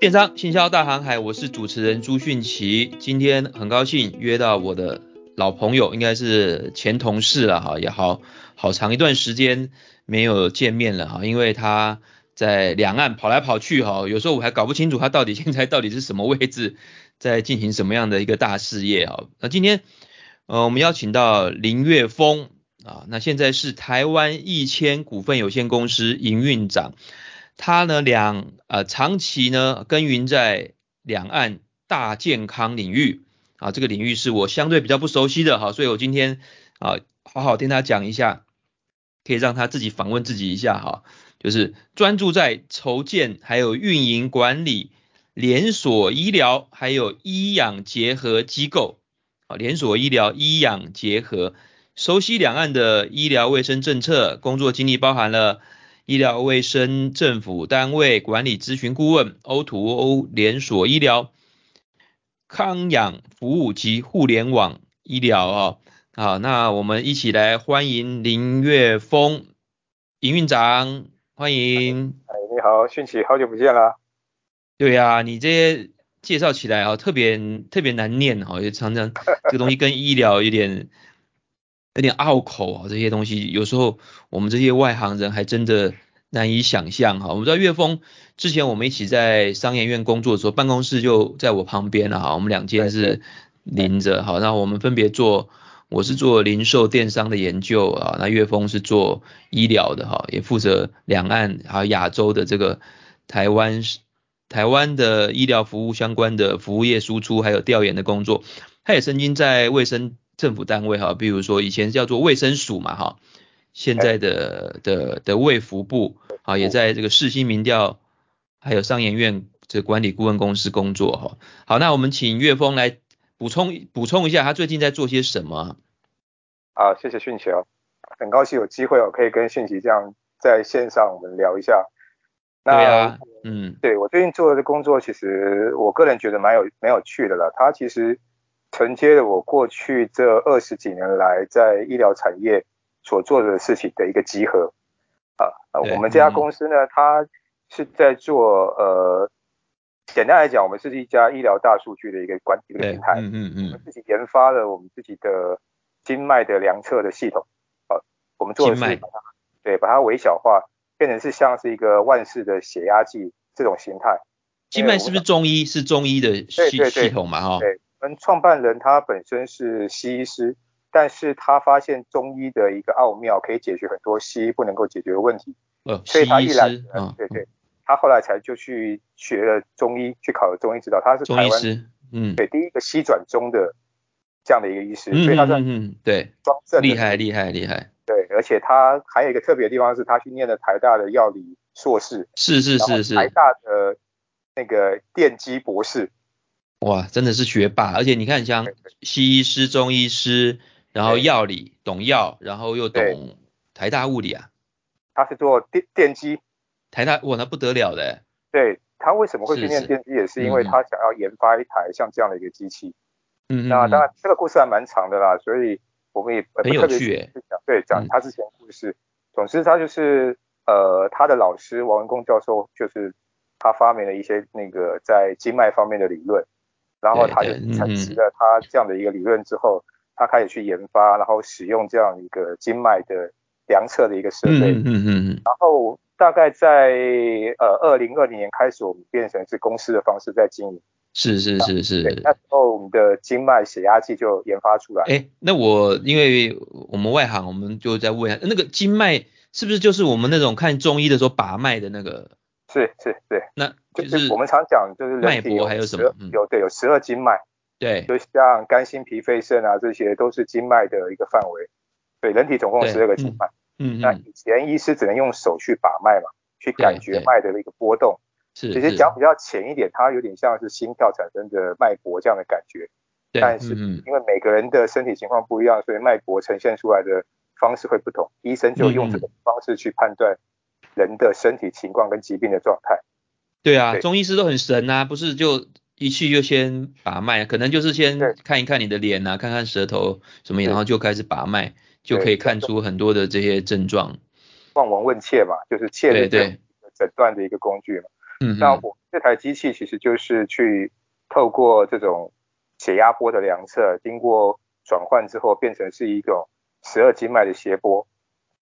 电商行销大航海，我是主持人朱迅奇。今天很高兴约到我的老朋友，应该是前同事了哈，也好好长一段时间没有见面了哈，因为他在两岸跑来跑去哈，有时候我还搞不清楚他到底现在到底是什么位置，在进行什么样的一个大事业哈。那今天呃，我们邀请到林岳峰啊，那现在是台湾易千股份有限公司营运长。他呢两呃长期呢耕耘在两岸大健康领域啊，这个领域是我相对比较不熟悉的哈，所以我今天啊好好听他讲一下，可以让他自己访问自己一下哈，就是专注在筹建还有运营管理连锁医疗还有医养结合机构啊，连锁医疗医养结合，熟悉两岸的医疗卫生政策，工作经历包含了。医疗卫生政府单位管理咨询顾问、O to O 连锁医疗、康养服务及互联网医疗啊、哦，好，那我们一起来欢迎林岳峰营运长，欢迎。哎，你好，迅奇，好久不见啦。对呀、啊，你这些介绍起来啊、哦，特别特别难念哈、哦，也常常这个东西跟医疗有点。有点拗口啊，这些东西有时候我们这些外行人还真的难以想象哈。我们知道岳峰之前我们一起在商研院工作的时候，办公室就在我旁边啊了哈，我们两间是邻着哈。那我们分别做，我是做零售电商的研究啊，那岳峰是做医疗的哈，也负责两岸还有亚洲的这个台湾台湾的医疗服务相关的服务业输出还有调研的工作。他也曾经在卫生。政府单位哈，比如说以前叫做卫生署嘛哈，现在的的的卫福部啊，也在这个世新民调还有商研院这管理顾问公司工作哈。好，那我们请岳峰来补充补充一下，他最近在做些什么？啊，谢谢迅奇哦，很高兴有机会哦，可以跟迅奇这样在线上我们聊一下。那对啊，嗯，对我最近做的工作，其实我个人觉得蛮有蛮有趣的啦，它其实。承接了我过去这二十几年来在医疗产业所做的事情的一个集合啊啊，我们这家公司呢，嗯它是在做呃，简单来讲，我们是一家医疗大数据的一个管一个平台，嗯嗯嗯，我们自己研发了我们自己的经脉的量测的系统啊，我们做的是把它对把它微小化，变成是像是一个万世的血压计这种形态。经脉是不是中医？是中医的系系统嘛？哈。对们创办人他本身是西医师，但是他发现中医的一个奥妙，可以解决很多西医不能够解决的问题。哦、所以他一来，哦、对对，他后来才就去学了中医，去考了中医指导。他是台湾，嗯，对，第一个西转中的这样的一个医师，所以他算嗯对，双证厉害厉害厉害。对，而且他还有一个特别的地方是，他去念了台大的药理硕士，是是是是，台大的那个电机博士。哇，真的是学霸！而且你看，像西医师、中医师，然后药理懂药，然后又懂台大物理啊。他是做电电机，台大哇，那不得了的。对他为什么会去念电机，也是因嗯为他想要研发一台像这样的一个机器。嗯嗯。那当然，这个故事还蛮长的啦，所以我们也很有趣、欸。对，讲他之前故事。嗯、总之，他就是呃，他的老师王文公教授，就是他发明了一些那个在经脉方面的理论。然后他就嗯采集了他这样的一个理论之后，他开始去研发，然后使用这样一个经脉的量测的一个设备。嗯嗯嗯。然后大概在呃二零二零年开始，我们变成是公司的方式在经营。是是是是。那时候我们的经脉血压计就研发出来。哎，那我因为我们外行，我们就在问那个经脉是不是就是我们那种看中医的时候把脉的那个？是是对，那就是我们常讲，就是脉搏还有什么？嗯有对有十二经脉，对，就像肝、心、脾、肺、肾啊，这些都是经脉的一个范围。对，人体总共十二个经脉。嗯嗯。那以前医师只能用手去把脉嘛，去感觉脉的一个波动。是。其实讲比较浅一点，它有点像是心跳产生的脉搏这样的感觉。对。嗯但是因为每个人的身体情况不一样，所以脉搏呈现出来的方式会不同。医生嗯就用这种方式去判断。人的身体情况跟疾病的状态，对啊，中医师都很神啊，不是就一去就先把脉，可能就是先看一看你的脸啊，看看舌头什么，然后就开始把脉，就可以看出很多的这些症状。望闻问切嘛，就是切对诊断的一个工具嘛。嗯那哼我这台机器其实就是去透过这种血压波的量测，经过转换之后变成是一种十二经脉的谐波，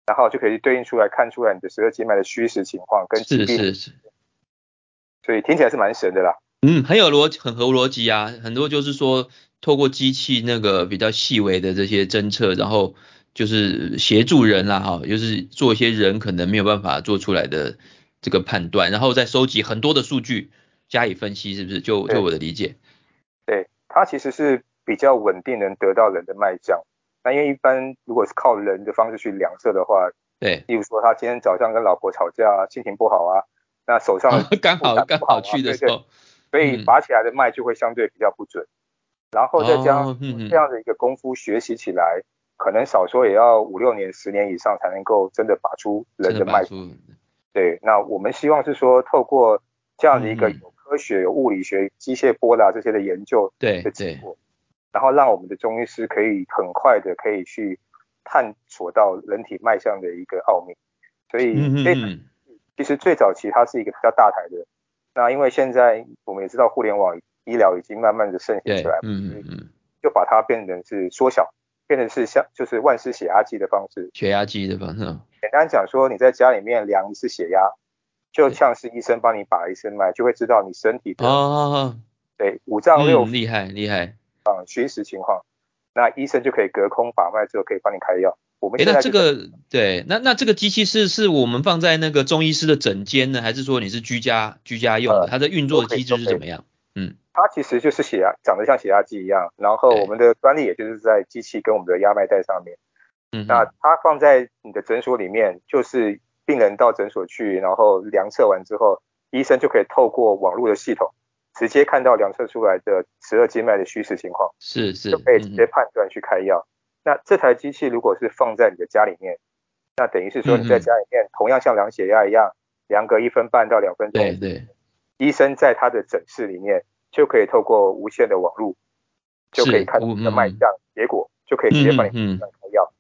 然后就可以对应出来看出来你的十二经脉的虚实情况跟疾是病，是是，所以听起来是蛮神的啦。嗯，很有逻很合逻辑啊，很多就是说透过机器那个比较细微的这些侦测，然后就是协助人啦、哈，就是做一些人可能没有办法做出来的这个判断，然后再收集很多的数据加以分析，是不是？就对就我的理解，对，它其实是比较稳定能得到人的脉象。那因为一般如果是靠人的方式去量测的话，对，例如说他今天早上跟老婆吵架啊，心情不好啊，那手上 刚好触感刚不好好啊去的对时对候，所以嗯拔起来的脉就会相对比较不准。然后再加哦上嗯嗯这样的一个功夫学习起来，可能少说也要五六年、十年以上才能够真的把出人真的的把脉。出对，那我们希望是说透过这样的一个嗯嗯有科学、有物理学、机械波啦这些的研究对的结对果，然后让我们的中医师可以很快的可以去探索到人体脉象的一个奥秘。所嗯以嗯这嗯，其实最早期它是一个比较大台的，那因为现在我们也知道互联网医疗已经慢慢的盛行对起来，，嗯所嗯以嗯，就把它变成是缩小，变成是像就是万式血压计的方式。血压计的方式，嗯简单讲说，你在家里面量一次血压，就像是医生帮你把一次脉，就会知道你身体的、哦，对五脏六嗯，厉害厉害。腑虚实情况，那医生就可以隔空把脉之后可以帮你开药。我们诶，现那在这就在个对，那那这个机器是是我们放在那个中医师的诊间呢，还是说你是居家居家用的？呃它的运作都可以机都制是可以怎么样？它其实就是血压长得像血压计一样，然后对我们的专利也就是在机器跟我们的压脉带上面。嗯那哼，它放在你的诊所里面，就是病人到诊所去，然后量测完之后，医生就可以透过网络的系统，直接看到量测出来的十二经脉的虚实情况，是是，就可以直嗯接哼判断去开药。那这台机器如果是放在你的家里面，那等于是说嗯嗯你在家里面同样像量血压一样，量个一分半到两分嗯对钟，对，医生在他的诊室里面就可以透过无线的网络，是嗯就可以看你的脉象结果，就可以直接帮你嗯嗯嗯嗯开药。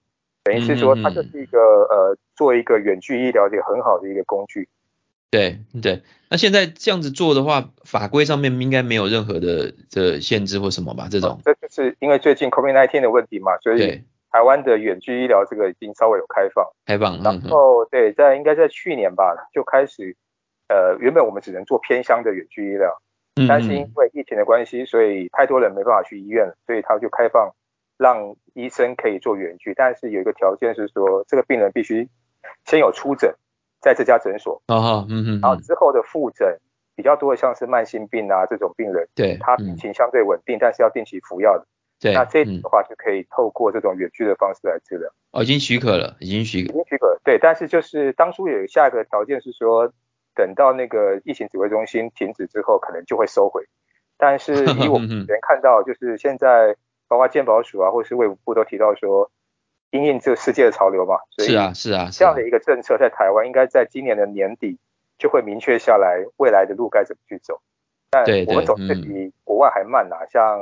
等于是说，它就是一个呃，做一个远距医疗的一个很好的一个工具。对对。那现在这样子做的话，法规上面应该没有任何的的限制或什么吧？这种这就是因为最近 COVID-19 的问题嘛，所以对台湾的远距医疗这个已经稍微有开放。开放，嗯然哼，后对，在应该在去年吧，就开始呃，原本我们只能做偏乡的远距医疗，嗯但是因嗯，为疫情的关系，所以太多人没办法去医院了，所以他就开放让医生可以做远距，但是有一个条件是说，这个病人必须先有出诊，在这家诊所，哦哈，嗯哼然后哼，之后的复诊比较多的像是慢性病啊这种病人，对，他病嗯情相对稳定，但是要定期服药的，对，那这一种嗯的话就可以透过这种远距的方式来治疗。哦已经许可了，已经许可，已经许可，对，但是就是当初有下一个条件是说，等到那个疫情指挥中心停止之后，可能就会收回。但是以我们嗯嗯目前看到，就是现在包括健保署啊，或是卫福部都提到说，因应这个世界的潮流嘛，所以是啊是啊是这啊样，的一个政策在台湾应该在今年的年底就会明确下来未来的路该怎么去走。但对我们对走是嗯比国外还慢呐、啊像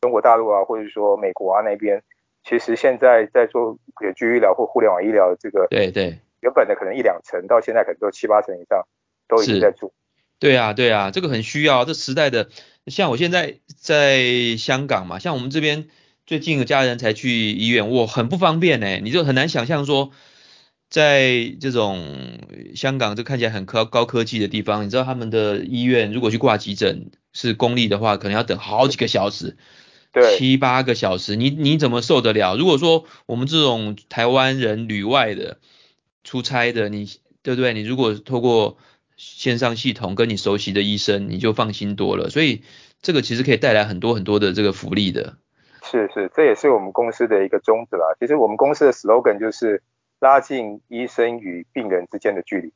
中国大陆啊，或者说美国啊那边，其实现在在做远距医疗或互联网医疗这个对对。原本的可能一两成，到现在可能都七八成以上都已是经在做。对啊，对啊，这个很需要。这时代的，像我现在在香港嘛，像我们这边最近有家人才去医院，我很不方便呢，你就很难想象说，在这种呃香港这看起来很高高科技的地方，你知道他们的医院如果去挂急诊是公立的话，可能要等好几个小时，对七八个小时，你你怎么受得了？如果说我们这种台湾人旅外的出差的，你对不对？你如果透过线上系统跟你熟悉的医生，你就放心多了。所以这个其实可以带来很多很多的这个福利的。是是，这也是我们公司的一个宗旨啦。其实我们公司的 slogan 就是拉近医生与病人之间的距离，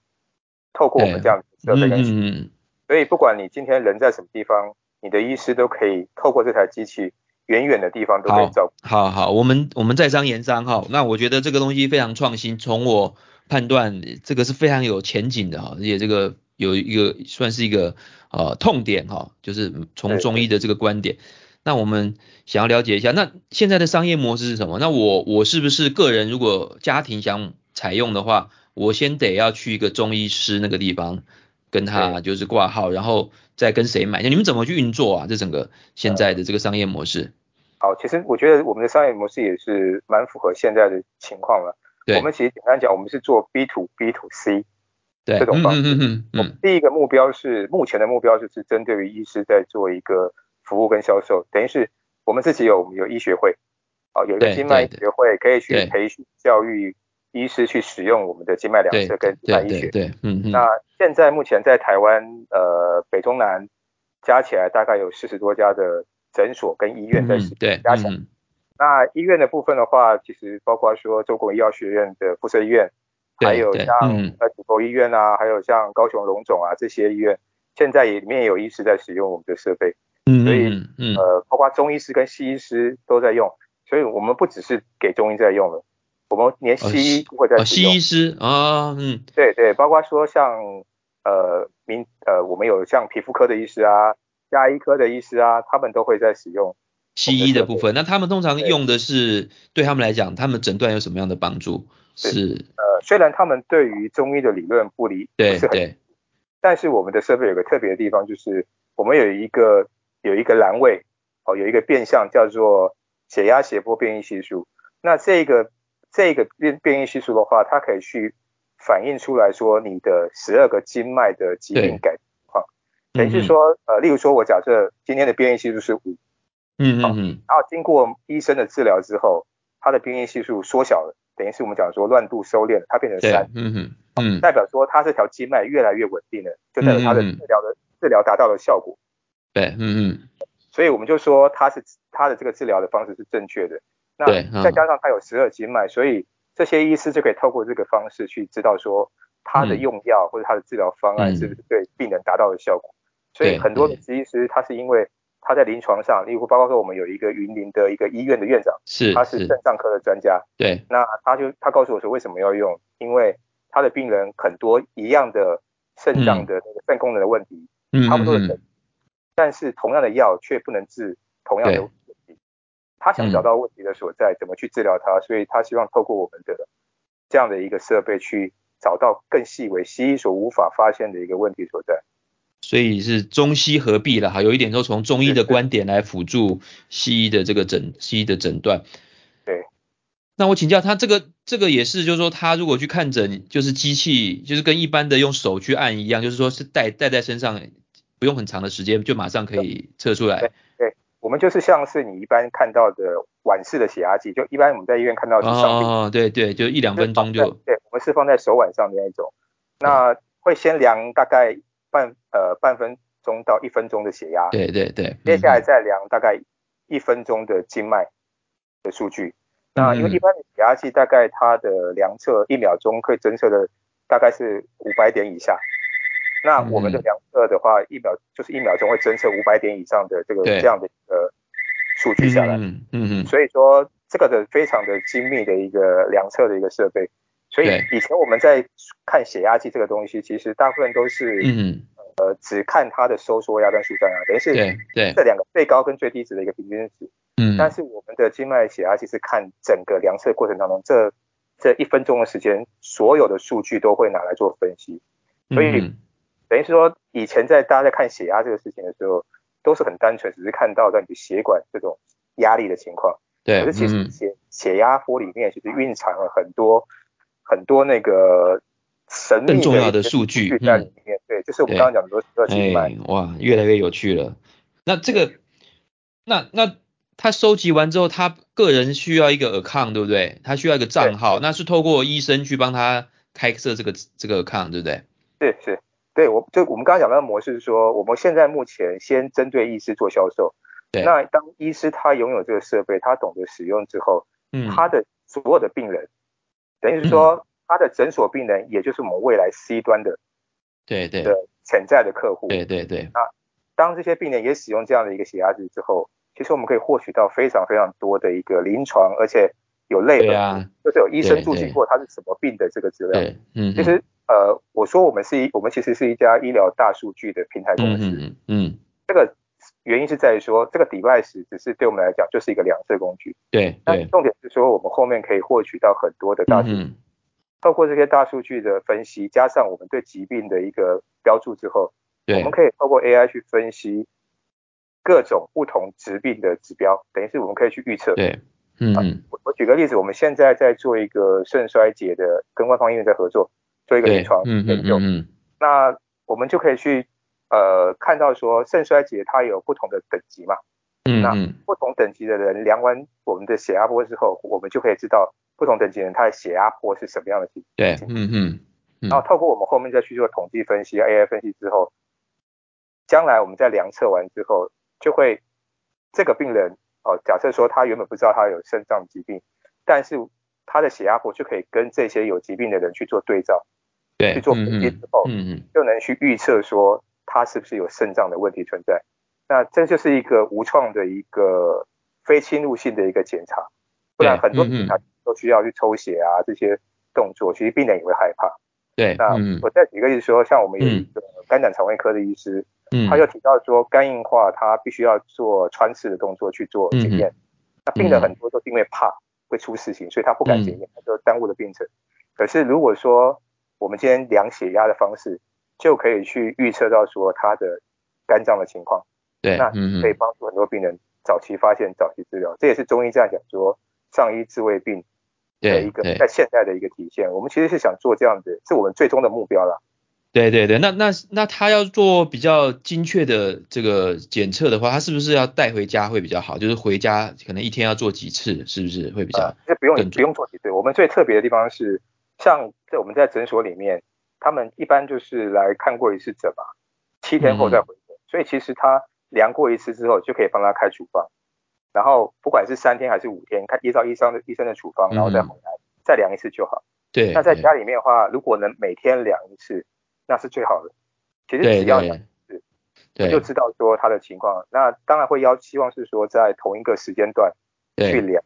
透过我们对这样的设备嗯跟嗯嗯，所以不管你今天人在什么地方，你的医师都可以透过这台机器，远远的地方都可以照顾。好好，我们我们在商言商哈。那我觉得这个东西非常创新，从我判断这个是非常有前景的哈，而且这个有一个算是一个呃痛点哈，就是从对中医的这个观点。那我们想要了解一下，那现在的商业模式是什么？那我我是不是个人如果家庭想采用的话，我先得要去一个中医师那个地方跟他就是挂号，然后再跟谁买？你们怎么去运作啊？这整个现在的这个商业模式？好，其实我觉得我们的商业模式也是蛮符合现在的情况了。对我们其实简单讲，我们是做 B to B to C。对，这种嗯方式嗯嗯嗯嗯，第一个目标是目前的目标就是针对于医师在做一个服务跟销售，等于是我们自己有我们有医学会，啊、有一对个经脉对医学会可对以去培训教育医师去使用我们的经脉两对侧跟经脉对医对学。对，嗯嗯，那现在目前在台湾呃北中南加起来大概有四十多家的诊所跟医院在使嗯对，加起来嗯那医院的部分的话，其实包括说中国医药学院的附设医院，对还有对像嗯呃主沟医院啊，还有像高雄荣总啊这些医院，现在也里面也有医师在使用我们的设备，嗯所以嗯嗯嗯呃，包括中医师跟西医师都在用，所以我们不只是给中医在用了，我们连西医西都会在哦，使西用。医师啊，嗯对对，包括说像呃民呃我们有像皮肤科的医师啊、牙医科的医师啊，他们都会在使用。西医的部分，那他们通常对用的是对他们来讲，他们诊断有什么样的帮助？是，呃，虽然他们对于中医的理论不理不对是很对，但是我们的设备有个特别的地方，就是我们有一个有一个栏位，哦，有一个变项叫做血压斜坡变异系数。那这个这个变变异系数的话，它可以去反映出来说你的十二个经脉的疾病改嗯变情况。等于是说，呃，例如说我假设今天的变异系数是五，嗯，嗯嗯然后经过医生的治疗之后，它的变异系数缩小了，等于是我们讲说乱度收敛了，它嗯，变成对三，。嗯嗯嗯，代表说它这条经脉越来越稳定了，就代表它的嗯嗯嗯治疗的治疗达到了效果。对，嗯嗯所以我们就说它是它的这个治疗的方式是正确的。那对嗯再加上它有十二经脉，所以这些医师就可以透过这个方式去知道说他的嗯用药或者他的治疗方案嗯是不是对病人达到了效果。所以对很多的对医师他是因为他在临床上，例如包括说我们有一个云林的一个医院的院长，是他是是，肾脏科的专家，对，那他就他告诉我说为什么要用，因为他的病人很多一样的肾脏的那个肾功能的问题，嗯差不多的嗯等嗯，但是同样的药却不能治同样的对问题。他想找到问题的所在，怎么去治疗嗯它，所以他希望透过我们的这样的一个设备去找到更细微西医所无法发现的一个问题所在。所以是中西合璧了哈，有一点说从中医是的是观点来辅助西医的这个诊西医的诊断。对。那我请教他这个这个也是，就是说他如果去看诊，就是机器就是跟一般的用手去按一样，就是说是带带在身上，不用很长的时间就马上可以测出来。我们就是像是你一般看到的晚式的血压计，就一般我们在医院看到的是上臂哦，对对，就一两分钟就是放就在对，我们是放在手腕上的那一种。那会先量大概半呃半分钟到一分钟的血压，对对对。接下来嗯再量大概一分钟的经脉的数据。那因为嗯一般的血压计大概它的量测一秒钟可以侦测的大概是五百点以下。那我们的嗯量测的话，一秒就是一秒钟会侦测五百点以上的这个对这样的一个数据下来。嗯嗯嗯所以说这个的非常的精密的一个量测的一个设备。所以对以前我们在看血压计这个东西，其实大部分都是、嗯嗯，呃只看它的收缩压跟舒张压，啊等于是对对，这两个最高跟最低值的一个平均值。嗯，但是我们的静脉血压计是看整个量测过程当中这这一分钟的时间，所有的数据都会拿来做分析。所以嗯等于是说，以前在大家在看血压这个事情的时候，都是很单纯，只是看到在你的血管这种压力的情况。对，可是其实嗯血血压波里面其实蕴藏了很多很多那个神秘更重要的的一些数据在嗯里面。对，就是我们对刚刚讲的说十二经脉哎，，哇，越来越有趣了。那这个，那那他收集完之后，他个人需要一个 account，对不对？他需要一个账号，那是透过医生去帮他开设这个这个 account，对不对？是是，对我就我们刚刚讲到的模式是说，我们现在目前先针对医师做销售。对那当医师他拥有这个设备，他懂得使用之后，嗯，他的所有的病人，等于是说他的诊所病人，也就是我们未来 C 端的对对的潜在的客户。对对对，当这些病人也使用这样的一个血压计之后，其实我们可以获取到非常非常多的一个临床，而且有类对本，啊，就是有医生对注记对过他是什么病的这个资料。对，嗯，其实呃，我说我们是一，我们其实是一家医疗大数据的平台公嗯司。嗯嗯，这个原因是在于说，这个 device 只是对我们来讲就是一个量测工具，对但对，重点是说我们后面可以获取到很多的大数据，嗯透过这些大数据的分析，加上我们对疾病的一个标注之后，我对们，可以透过 AI 去分析各种不同疾病的指标，等于是我们可以去预测。对，嗯嗯，我我举个例子，我们现在在做一个肾衰竭的，跟外方医院在合作做一个临对床，嗯嗯研究，嗯嗯，那我们就可以去呃看到说肾衰竭它有不同的等级嘛，嗯那嗯，不同等级的人量完我们的血压波之后，我们就可以知道不同等级的人他的血压波是什么样的情况。对，嗯嗯嗯然后透过我们后面再去做统计分析、AI 分析之后，将来我们在量测完之后，就会这个病人哦，假设说他原本不知道他有肾脏疾病，但是他的血压波就可以跟这些有疾病的人去做对照，对，去做嗯统计嗯之后嗯嗯，就能去预测说他是不是有肾脏的问题存在。那这就是一个无创的一个非侵入性的一个检查，不然对很多嗯嗯检查都需要去抽血啊这些动作，其实病人也会害怕。对，那嗯我再举个例子说，像我们有一嗯个肝胆肠胃科的医师，嗯，他就提到说肝硬化他必须要做穿刺的动作去做检嗯验。那病人很多都是因为怕会出事情，所以他不敢检嗯验，他就耽误了病程。可是如果说我们今天量血压的方式，就可以去预测到说他的肝脏的情况，对，那嗯可以嗯，帮助很多病人早期发现、早期治疗。这也是中医这样讲说上医治未病的一对个对在现代的一个体现。我们其实是想做这样子，是我们最终的目标啦。对对对，那那那他要做比较精确的这个检测的话，他是不是要带回家会比较好？就是回家可能一天要做几次，是不是会比较？啊这不用更不用做几次。我们最特别的地方是，像在我们在诊所里面，他们一般就是来看过一次诊嘛，七天后嗯再回诊，所以其实他量过一次之后就可以帮他开处方，然后不管是三天还是五天，看依照医生的医生的处方，然后再回来、再量一次就好。嗯对，那在对家里面的话，如果能每天量一次，那是最好的。其实对只要对量对是就知道说他的情况，那当然会要希望是说在同一个时间段对去量，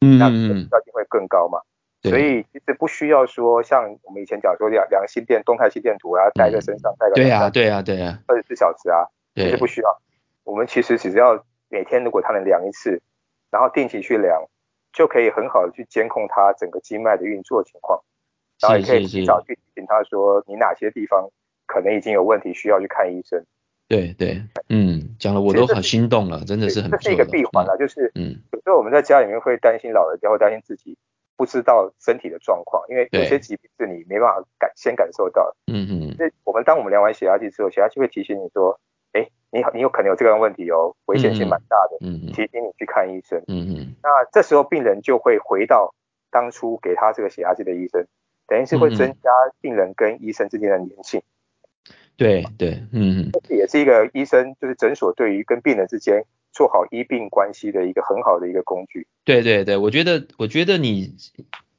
嗯那嗯效嗯，性会更高嘛。对所以其实不需要说像我们以前讲说两两心电、动态心电图啊，带在身上带个对两呀三对呀啊对呀二十四小时啊，其对实不需要。我们其实只要每天如果他能量一次，然后定期去量，就可以很好的去监控他整个经脉的运作情况，然后也可以是是提是，早去提醒他说你哪些地方可能已经有问题需要去看医生。对对，嗯，讲了我其实都这好是心动了，真的对是很这不是一错个的，闭环啦，就是嗯，有时候我们在家里面会担心老人家，会担心自己不知道身体的状况，因为有对些疾病是你没办法感先感受到的。嗯嗯嗯，那我们当我们量完血压计之后，血压计会提醒你说，哎，你你有可能有这个问题哦，危险性蛮大的，嗯嗯提醒你去看医生。嗯嗯，那这时候病人就会回到当初给他这个血压计的医生，等于是会嗯嗯增加病人跟医生之间的粘性。对对，嗯嗯，这也是一个医生就是诊所对于跟病人之间做好医病关系的一个很好的一个工具。对对对，我觉得我觉得你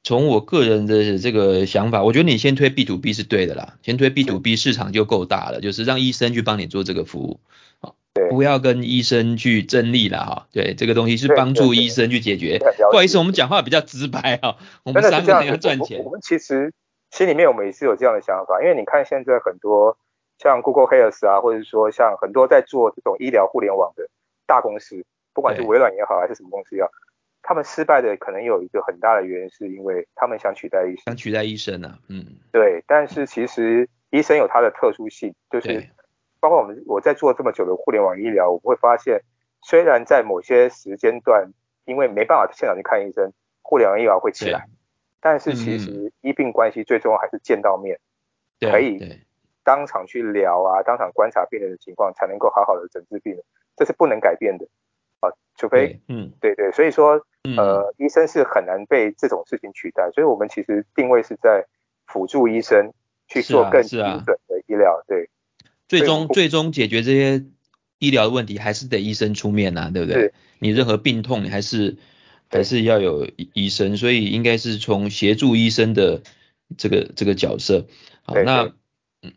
从我个人的这个想法，我觉得你先推 B to B 是对的啦，先推 B to 嗯 B 市场就够大了，就是让医生去帮你做这个服务。好对不要跟医生去争利了哈，对，这个东西是对帮对助对医生去解决对了解。不好意思，我们讲话比较直白啊，我们真的三是这个样人子要赚我钱我我。们其实心里面我们也是有这样的想法，因为你看现在很多像 Google Health 啊，或者说像很多在做这种医疗互联网的大公司，不管是对微软也好还是什么公司也好，他们失败的可能有一个很大的原因是因为他们想取代医生。想取代医生啊，嗯，对，但是其实医生有他的特殊性，就是对，包括我们我在做这么久的互联网医疗，我会发现，虽然在某些时间段，因为没办法现场去看医生，互联网医疗会起来，但是其嗯实医病关系最终还是见到面，对，可以对，当场去聊啊，当场观察病人的情况，才能够好好的诊治病人，这是不能改变的啊，除非对，嗯，对对，所以说嗯，呃，医生是很难被这种事情取代，所以我们其实定位是在辅助医生去是做啊更是精啊准的医疗，对。最对终我最终解决这些医疗的问题，还是得医生出面呐、对不对是？你任何病痛，你还是对还是要有医医生，所以应该是从协助医生的这个这个角色。好，对那对嗯，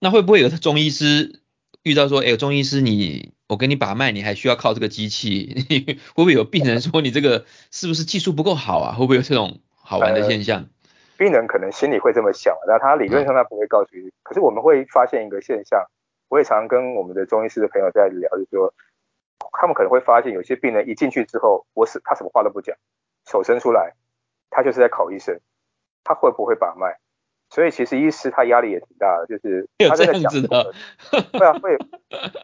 那会不会有的中医师遇到说，哎，中医师你我给你把脉，你还需要靠这个机器？ 会不会有病人说你这个是不是技术不够好啊？会不会有这种好玩的呃现象？病人可能心里会这么想，那他理论上他不会告诉嗯你。可是我们会发现一个现象，我也常跟我们的中医师的朋友在聊，就是说他们可能会发现有些病人一进去之后，我是他什么话都不讲，手伸出来，他就是在考医生，他会不会把脉？所以其实医师他压力也挺大的，就是有他这真的样讲子不的准，对啊，会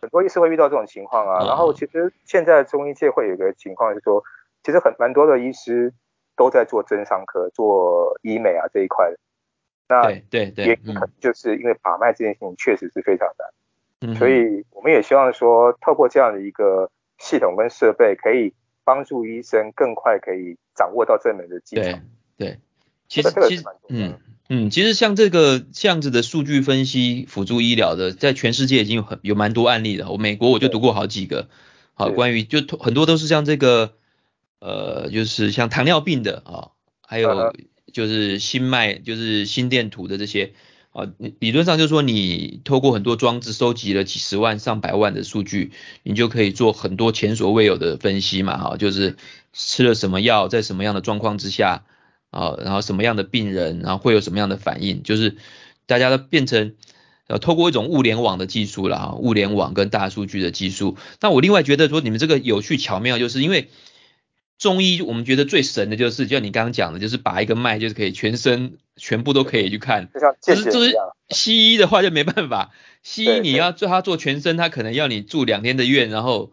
很多医师会遇到这种情况啊。嗯然后其实现在中医界会有一个情况是说，其实很蛮多的医师都在做增伤科、做医美啊这一块的。那对对对啊也，可嗯能就是因为把脉这件事情确实是非常难，嗯，所以我们也希望说，透过这样的一个系统跟设备，可以帮助医生更快可以掌握到正门的技巧对。对，其实这个其是实蛮重要嗯的。嗯，其实像这个这样子的数据分析辅助医疗的，在全世界已经有很有蛮多案例了。我美国我就读过好几个，好是关于就很多都是像这个呃，就是像糖尿病的啊、还嗯有哼就是心脉就是心电图的这些啊、你理论上就是说你透过很多装置收集了几十万上百万的数据，你就可以做很多前所未有的分析嘛哈、就是吃了什么药，在什么样的状况之下。啊，然后什么样的病人，然后会有什么样的反应，就是大家都变成呃，透过一种物联网的技术啦，哈物联网跟大数据的技术。那我另外觉得说，你们这个有趣巧妙，就是因为中医我们觉得最神的就是，就像你刚刚讲的，就是把一个脉就是可以全身全部都可以去看，就像就见是血就一是样，西医的话就没办法，西医对你对要做他做全身，他可能要你住两天的院，然后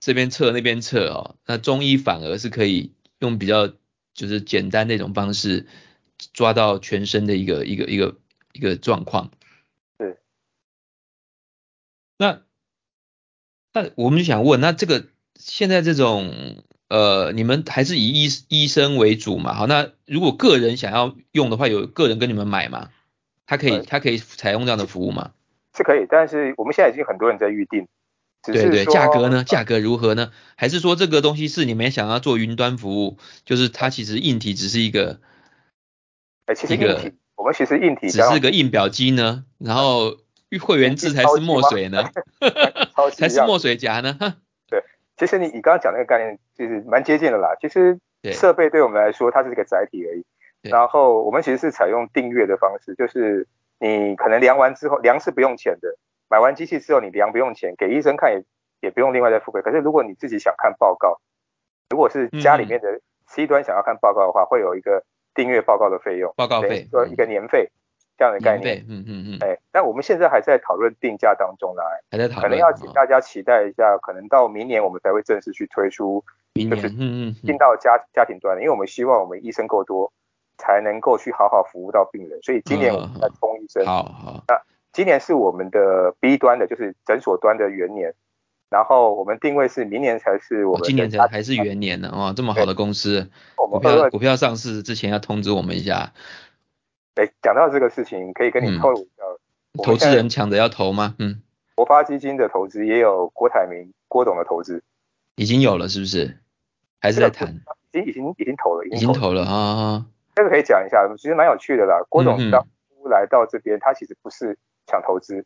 这边测那边测哦。那中医反而是可以用比较就是简单那种方式抓到全身的一个一个一个一个状况。是。那那我们就想问，那这个现在这种呃，你们还是以医医生为主嘛？好，那如果个人想要用的话，有个人跟你们买吗？他可以对他可以采用这样的服务吗？是可以，但是我们现在已经很多人在预定，只对是对，说呃价格呢？价格如何呢？还是说这个东西是你们想要做云端服务，就是它其实硬体只是一个哎，其实这个硬体，我们其实硬体只是个印表机呢？然后会员制才是墨水 呢，超 级才一是样墨水夹呢？ 哈其实你你刚刚讲那个概念就是蛮接近的啦。其实对设备对我们来说，它是一个载体而已。对然后我们其实是采用订阅的方式，就是你可能量完之后，量是不用钱的，买完机器之后你量不用钱，给医生看也也不用另外再付费。可是如果你自己想看报告，如果是家里面的 C 端想要看报告的话，会有一个订阅报告的费用，报告等费于，说一个年费这样的概年念。费，嗯嗯嗯，哎，但我们现在还在讨论定价当中啦，哎还在讨可论能要请哦大家期待一下，可能到明年我们才会正式去推出明就年嗯是，嗯进嗯，到家家庭端的，因为我们希望我们医生够多，才能够去好好服务到病人。所以今年嗯我们在冲医生，好好，今年是我们的 B 端的，就是诊所端的元年，然后我们定位是明年才是我哦们的今年才家还是元年呢哦，这么好的公司，我股们二票二股票上市之前要通知我们一下，哎，讲到这个事情，可以跟你嗯透露一下，我投们资现在人抢着要投吗？嗯，国发基金的投资也有郭台铭郭董的投资，已经有了是不是？还是在谈？已经已经已经投了，已已经经投了。投了啊啊，啊这个可以讲一下，其实蛮有趣的啦。郭嗯嗯总当初来到这边，他其实不是想投资，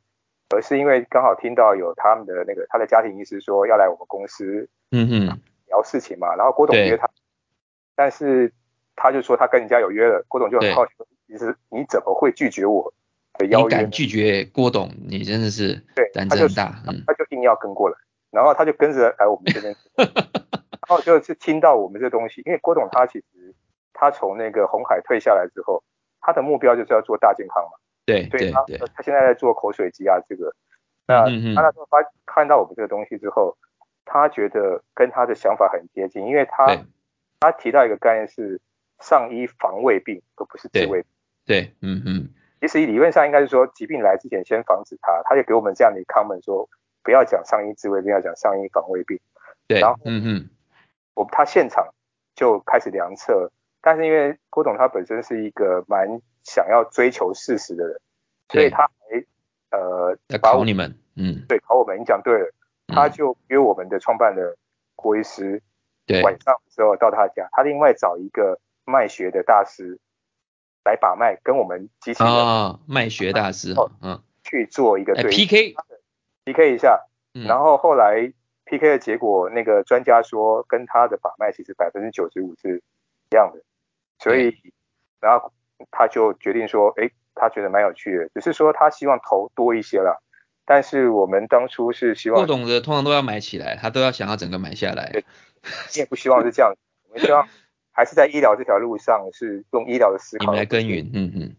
而是因为刚好听到有他们的那个他的家庭医师说要来我们公司嗯哼，聊事情嘛，然后郭总对约他，但是他就说他跟人家有约了，郭总就对很好奇，其实你怎么会拒绝我的邀你约呢敢？拒绝郭董，你真的是对，胆他子就很大，嗯，他就硬要跟过来，然后他就跟着来我们 这边，然后就是听到我们这东西，因为郭董他其实他从那个红海退下来之后，他的目标就是要做大健康嘛。对所以对他呃对，他现在在做口水鸡啊，这个，那嗯嗯他那时候发看到我们这个东西之后，他觉得跟他的想法很接近，因为他对他提到一个概念是上医防胃病，而不是治对胃病。对，嗯嗯，其实理论上应该是说疾病来之前先防止它，他就给我们这样的 comment 说，不要讲上医治胃病，要讲上医防胃病。对然后，嗯嗯，我们他现场就开始量测，但是因为郭董他本身是一个蛮想要追求事实的人，所以对，他还呃要把我考你们，嗯，对，考我们，你讲对了，他嗯就约我们的创办人郭医师对，晚上的时候到他家，他另外找一个脉学的大师来把脉，跟我们机器人哦，卖学大师哦，嗯，去做一个哎对 PK， PK 一下，嗯然后后来 PK 的结果，那个专家说跟他的把脉其实百分之九十五是一样的，所以然后他就决定说，哎，他觉得蛮有趣的，只是说他希望投多一些啦。但是我们当初是希望郭董的通常都要买起来，他都要想要整个买下来 对，你也不希望是这样，我们希望还是在医疗这条路上是用医疗的思你考，们来耕耘，嗯嗯，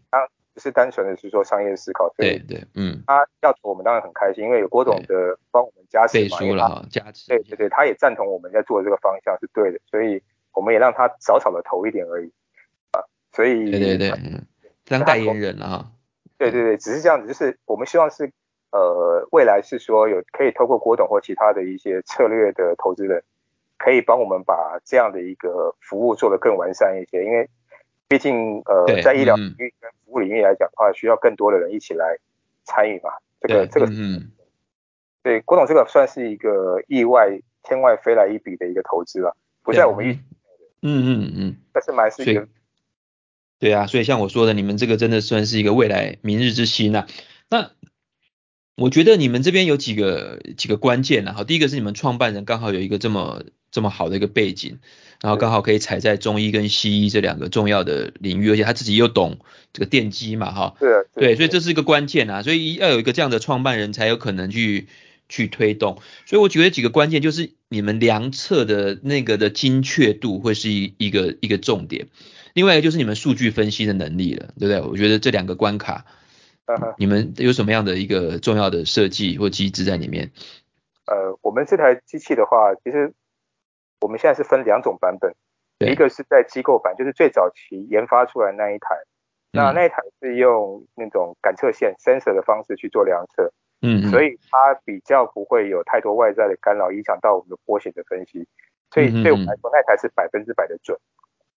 不是单纯的是说商业思考。所对以对，嗯，他要投我们当然很开心，因为有郭总的帮我们加持背嘛，书因为了他哈，加持，对对对，他也赞同我们在做的这个方向是对的，所以我们也让他少少的投一点而已啊。所以对对对，嗯，当代言人了哈，对对对，只是这样子，就是我们希望是呃，未来是说有可以透过郭董或其他的一些策略的投资人，可以帮我们把这样的一个服务做得更完善一些，因为毕竟对呃，在医疗嗯领域跟服务领域来讲的话，需要更多的人一起来参与嘛。这对个，这个嗯对郭董这个算是一个意外天外飞来一笔的一个投资了，不在我们预，嗯嗯嗯。但是蛮是一所以个对啊，所以像我说的，你们这个真的算是一个未来明日之星啊。那我觉得你们这边有几个几个关键啊，好，第一个是你们创办人刚好有一个这么这么好的一个背景，然后刚好可以踩在中医跟西医这两个重要的领域，而且他自己又懂这个电机嘛，哈，是的对，所以这是一个关键啊，所以要有一个这样的创办人才有可能去去推动。所以我觉得几个关键就是你们量测的那个的精确度会是一一个一个重点，另外一个就是你们数据分析的能力了，对不对？我觉得这两个关卡，嗯哼你们有什么样的一个重要的设计或机制在里面？呃，我们这台机器的话，其实我们现在是分两种版本，对嗯一个是在机构版，就是最早期研发出来那一台，那嗯那一台是用那种感测线 sensor 的方式去做量测，嗯，嗯所以它比较不会有太多外在的干扰，影响到我们的波形的分析，所嗯嗯以嗯对我们来说，那台是百分之百的准。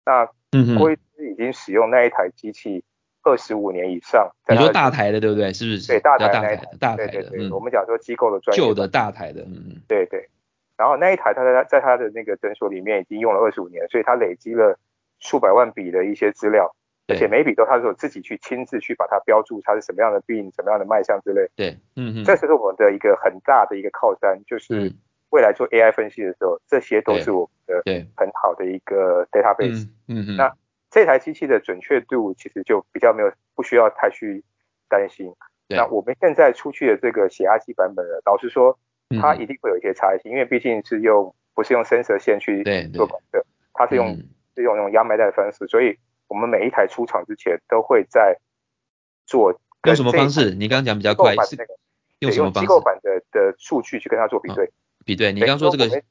那嗯郭嗯，医师已经使用那一台机器二十五年以上，在你他说的大台的对不对？是不是？对大台比较大那一台的大对台对的，对，我嗯，们讲说机构的专业旧的大台的，嗯嗯，对对。然后那一台他在他在他的那个诊所里面已经用了二十五年，所以他累积了数百万笔的一些资料，而对且每一笔都他是有自己去亲自去把它标注，它是什么样的病、什么样的脉象之类。对，嗯嗯这是我们的一个很大的一个靠山，就是嗯，未来做 AI 分析的时候，这些都对是我们的对，很好的一个 database。嗯嗯嗯，那这台机器的准确度其实就比较没有不需要太去担心。对那我们现在出去的这个血压计版本呢，老实说，嗯它一定会有一些差异性，因为毕竟是用不是用 sensor 线去对对做管测，它是用、嗯是用用压脉带的方式，所以我们每一台出厂之前都会在做用跟什么这一方台式？你刚刚讲比较机构快版，的是那个用对什么用方式？嗯机构版的的数据去跟它做比对。比对，你对刚刚说这因为我个们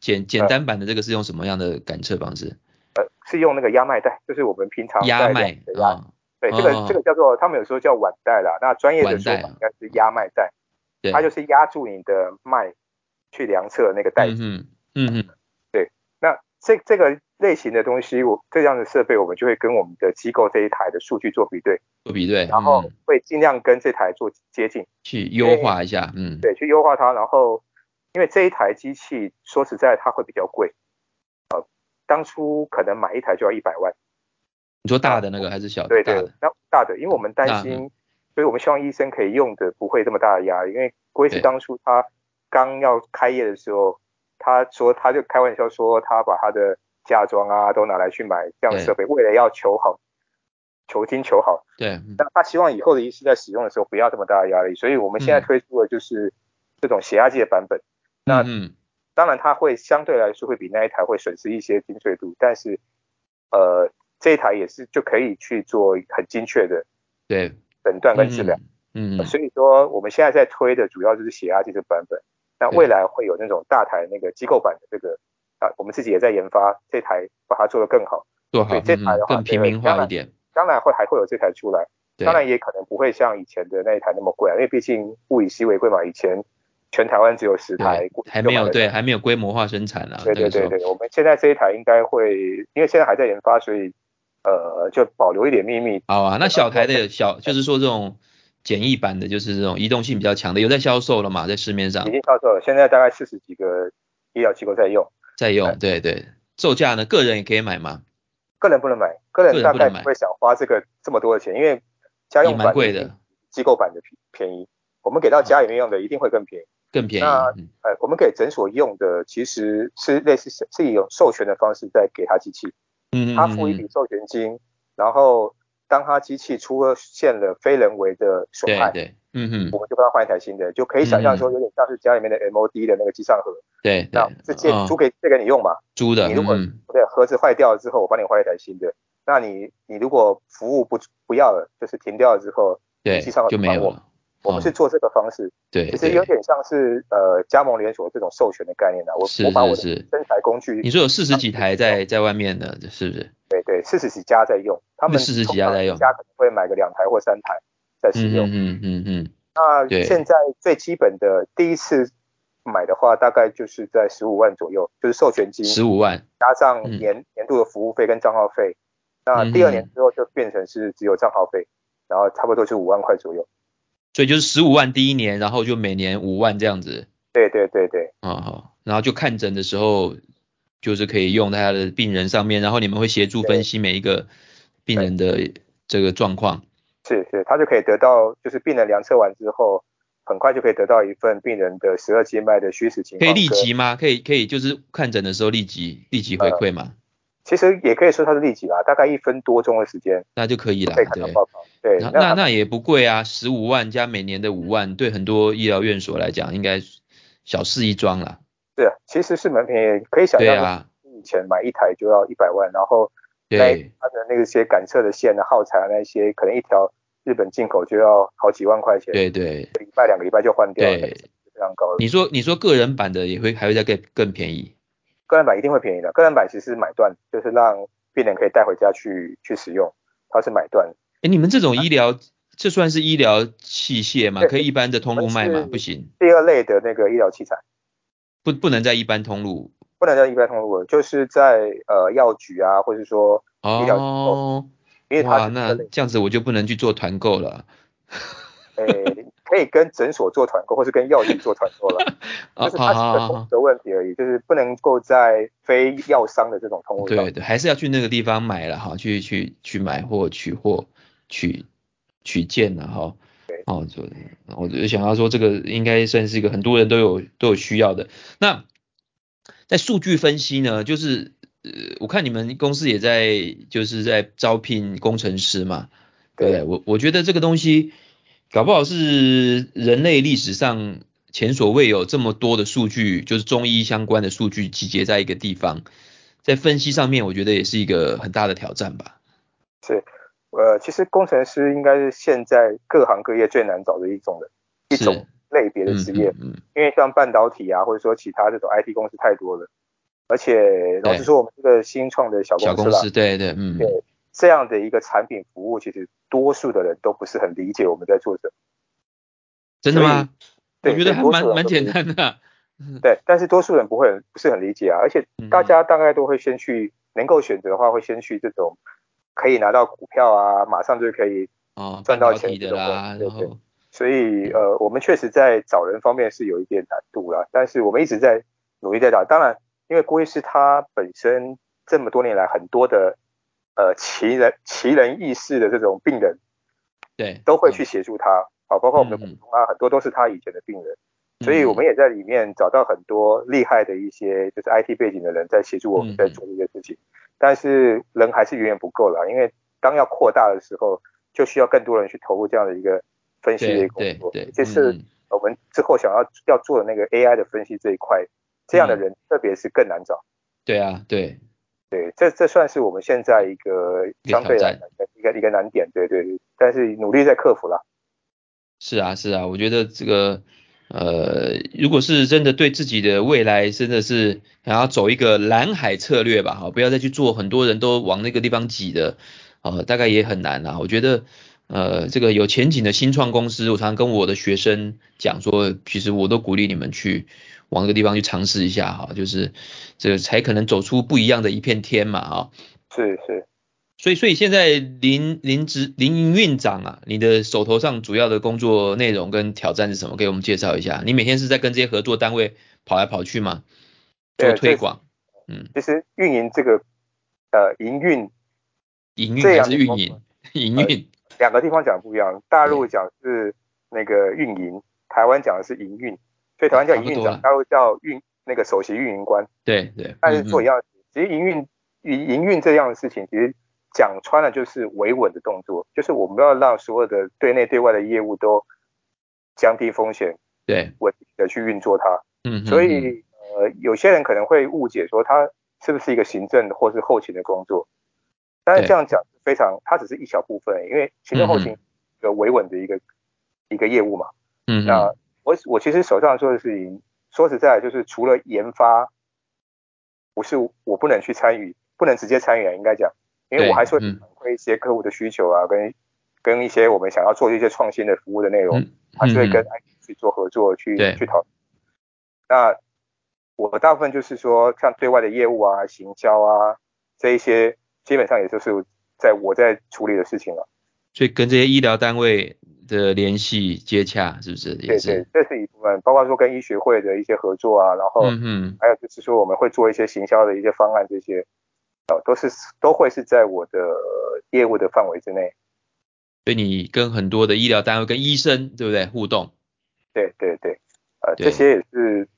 简简呃单版的这个是用什么样的感测方式？呃，是用那个压脉带，就是我们平常压在脉量的压，啊，对，这个、哦这个叫做他们有时候叫腕带啦，那专业的腕说带法啊应该是压脉带，对，它就是压住你的脉去量测那个带子。嗯嗯嗯嗯，那这这个类型的东西，我这样的设备，我们就会跟我们的机构这一台的数据做比对，做比对，然后嗯会尽量跟这台做接近，去优化一下，嗯，对，去优化它。然后，因为这一台机器说实在，它会比较贵，呃，当初可能买一台就要一百万，你说大的那个还是小的？对大对的，，那大的，因为我们担那心，所以我们希望医生可以用的不会这么大的压力，因为郭医师对当初他刚要开业的时候，他说他就开玩笑说他把他的嫁妆啊都拿来去买这样的对设备，为了要求好，求精求好，对，嗯那他希望以后的医师在使用的时候不要这么大的压力，所以我们现在嗯推出的就是这种血压计的版本，那嗯当然它会相对来说会比那一台会损失一些精确度，但是呃这一台也是就可以去做很精确的对，诊断跟治疗。嗯，嗯嗯所以说我们现在在推的主要就是血压计这个版本，那对未来会有那种大台那个机构版的这个啊，我们自己也在研发这台，把它做得更好。做好，对这嗯台嗯的话更这平个民当化一然点，当然会还会有这台出来，对当然也可能不会像以前的那一台那么贵、啊，因为毕竟物以稀为贵嘛，以前全台湾只有十台对，，还没有就买对，了还没有规模化生产啊，对那对个时对候，对，我们现在这一台应该会，因为现在还在研发，所以呃就保留一点秘密，好啊，那小台的小就是说这种简易版的，就是这种移动性比较强的，有在销售了嘛，在市面上已经销售了，现在大概四十几个医疗机构在用。在用，对对，售价呢，个人也可以买嘛，个人不能买，个人大概不会想花这个这么多的钱，因为家也用版蛮贵的，，嗯机构版的便便宜。我们给到家里面用的一定会更便宜。更便宜，那嗯呃，我们给诊所用的其实是类似是是以有授权的方式在给他机器，嗯，他付一嗯嗯笔授权金，然后当他机器出现了非人为的损对害，对，嗯哼，我们就帮他换一台新的，就可以想象说有点像是家里面的 MOD 的那个机上盒，对，对那这借哦租给借给你用嘛，租的，你如果嗯对，盒子坏掉了之后，我帮你换一台新的。那你你如果服务不不要了，就是停掉了之后，对机上盒就没有了，我哦们是做这个方式，对，其实对有点像是呃加盟连锁这种授权的概念呢、我是我把我的是是生材工具，你说有四十几台在在外面的，是不是？对对，四十几家在用，他们40几家在用家可能会买个两台或三台在使嗯用。嗯嗯嗯那对现在最基本的第一次买的话，大概就是在十五万左右，就是授权金嗯，十五万，加上嗯年、年度的服务费跟账号费。那第二年之后就变成是只有账号费，然后差不多是五万块左右。所以就是十五万第一年，然后就每年五万这样子，对对对对，啊、好，然后就看诊的时候就是可以用在他的病人上面，然后你们会协助分析每一个病人的这个状况，是是，他就可以得到，就是病人量测完之后，很快就可以得到一份病人的十二经脉的虚实情可况。以立。即吗？可以可以，就是看诊的时候立即立即回馈嘛，其实也可以说它是立即啦，大概一分多钟的时间那就可以就啦，可以看到对。报告。对，那那那那也不贵啊，十五万加每年的五万，对很多医疗院所来讲，应该小事一桩啦。是啊其实是蛮便宜，可以想对象啊，以前买一台就要一百万，然后那对，它的那些感测的线的耗材啊那些，可能一条日本进口就要好几万块钱，对对一个礼拜两个礼拜就换掉，那个对是。非常高的。你说你说个人版的也会还会再更更便宜，个人版一定会便宜的，个人版其实是买断，就是让病人可以带回家去去使用，它是买断。哎，你们这种医疗，这算是医疗器械吗？啊对可以一般的通路卖我吗？们是不行，第二类的那个医疗器材，不不能在一般通路。不能叫一般通路，就是在呃药局啊，或者说医疗机构，哦，因为它哇，是那这类，这样子我就不能去做团购了。诶，可以跟诊所做团购，或是跟药局做团购了， 啊就是它是一个通路的问题而已，就是不能够在非药商的这种通路上对。对，还是要去那个地方买了哈，去去去买货、取货、取取件了哈。哦，就我就想要说，这个应该算是一个很多人都有都有需要的。那在数据分析呢，就是呃，我看你们公司也在就是在招聘工程师嘛，对不对？对我我觉得这个东西搞不好是人类历史上前所未有这么多的数据，就是中医相关的数据集结在一个地方，在分析上面，我觉得也是一个很大的挑战吧。呃，其实工程师应该是现在各行各业最难找的一种人，一是种类别的嗯职业。嗯嗯，因为像半导体啊，或者说其他这种 IT 公司太多了，而且老对实说，我们这个新创的小小公司公啦，司，对对，嗯，对这样的一个产品服务，其实多数的人都不是很理解我们在做什么。真的吗？我对觉得还所以多蛮数人蛮都简不单的 啊。对，但是多数人不会很不是很理解啊，而且大家大概都会先嗯去，能够选择的话，会先去这种可以拿到股票啊，马上就可以。哦，半赚到导体钱这的种啦，的对然后所以呃，我们确实在找人方面是有一点难度啦，但是我们一直在努力在找。当然，因为郭医师他本身这么多年来很多的呃奇人奇人异事的这种病人对都会去协助他，好，包括我们的嗯嗯嗯股东啊，很多都是他以前的病人，嗯所以我们也在里面找到很多厉害的一些就是 IT 背景的人在协助我嗯们在做这些事情，但是人还是远远不够啦，因为当要扩大的时候，就需要更多人去投入这样的一个分析的一嗯对个工对作对，，这是嗯我们之后想要要做的那个 AI 的分析这一块，嗯这样的人特别是更难找。对啊对，对，这这算是我们现在一个一个相对挑来战讲的一个一个难点，对对对，但是努力在克服啦。是啊是啊，我觉得这个呃，如果是真的对自己的未来真的是想要走一个蓝海策略吧，哈，不要再去做很多人都往那个地方挤的，呃，大概也很难啊。我觉得呃，这个有前景的新创公司，我常常跟我的学生讲说，其实我都鼓励你们去往那个地方去尝试一下哈，就是这个才可能走出不一样的一片天嘛，哈。是是，所以，所以现在林林职林营运长啊，你的手头上主要的工作内容跟挑战是什么？给我们介绍一下。你每天是在跟这些合作单位跑来跑去吗？做对推这广，嗯，其实运营这个呃营运营运这还样是的运工营作？营运，两个地方讲不一样，大嗯陆讲是那个运营，台湾讲的是营运，所以台湾叫营差不运多啦长，大陆叫运那个首席运营官。对对，但是做嗯一嗯样的事，其实营运营营运这样的事情，其实讲穿了就是维稳的动作，就是我们要让所有的对内对外的业务都降低风险，对，稳定的去运作它。嗯哼，所嗯以呃，有些人可能会误解说它是不是一个行政或是后勤的工作，但对是这样讲非常，它只是一小部分，因为行政后勤嗯一个维稳的一个、一个业务嘛。嗯哼那我我其实手上做的事情，说实在就是除了研发，不是我不能去参与，不能直接参与啊，应该讲，因为对我还是会嗯反馈一些客户的需求啊，跟跟一些我们想要做一些创新的服务的内容，嗯还是会跟嗯 IT 去做合作，去对去讨论。那我大部分就是说，像对外的业务啊、行销啊这一些，基本上也就是在我在处理的事情了。所以跟这些医疗单位的联系接洽是不是也对是？对，这是一部分，包括说跟医学会的一些合作啊，然后嗯哼，还有就是说我们会做一些行销的一些方案，这些哦都是都会是在我的业务的范围之内。所以你跟很多的医疗单位跟医生对不对互动？对对对，呃，对这些也是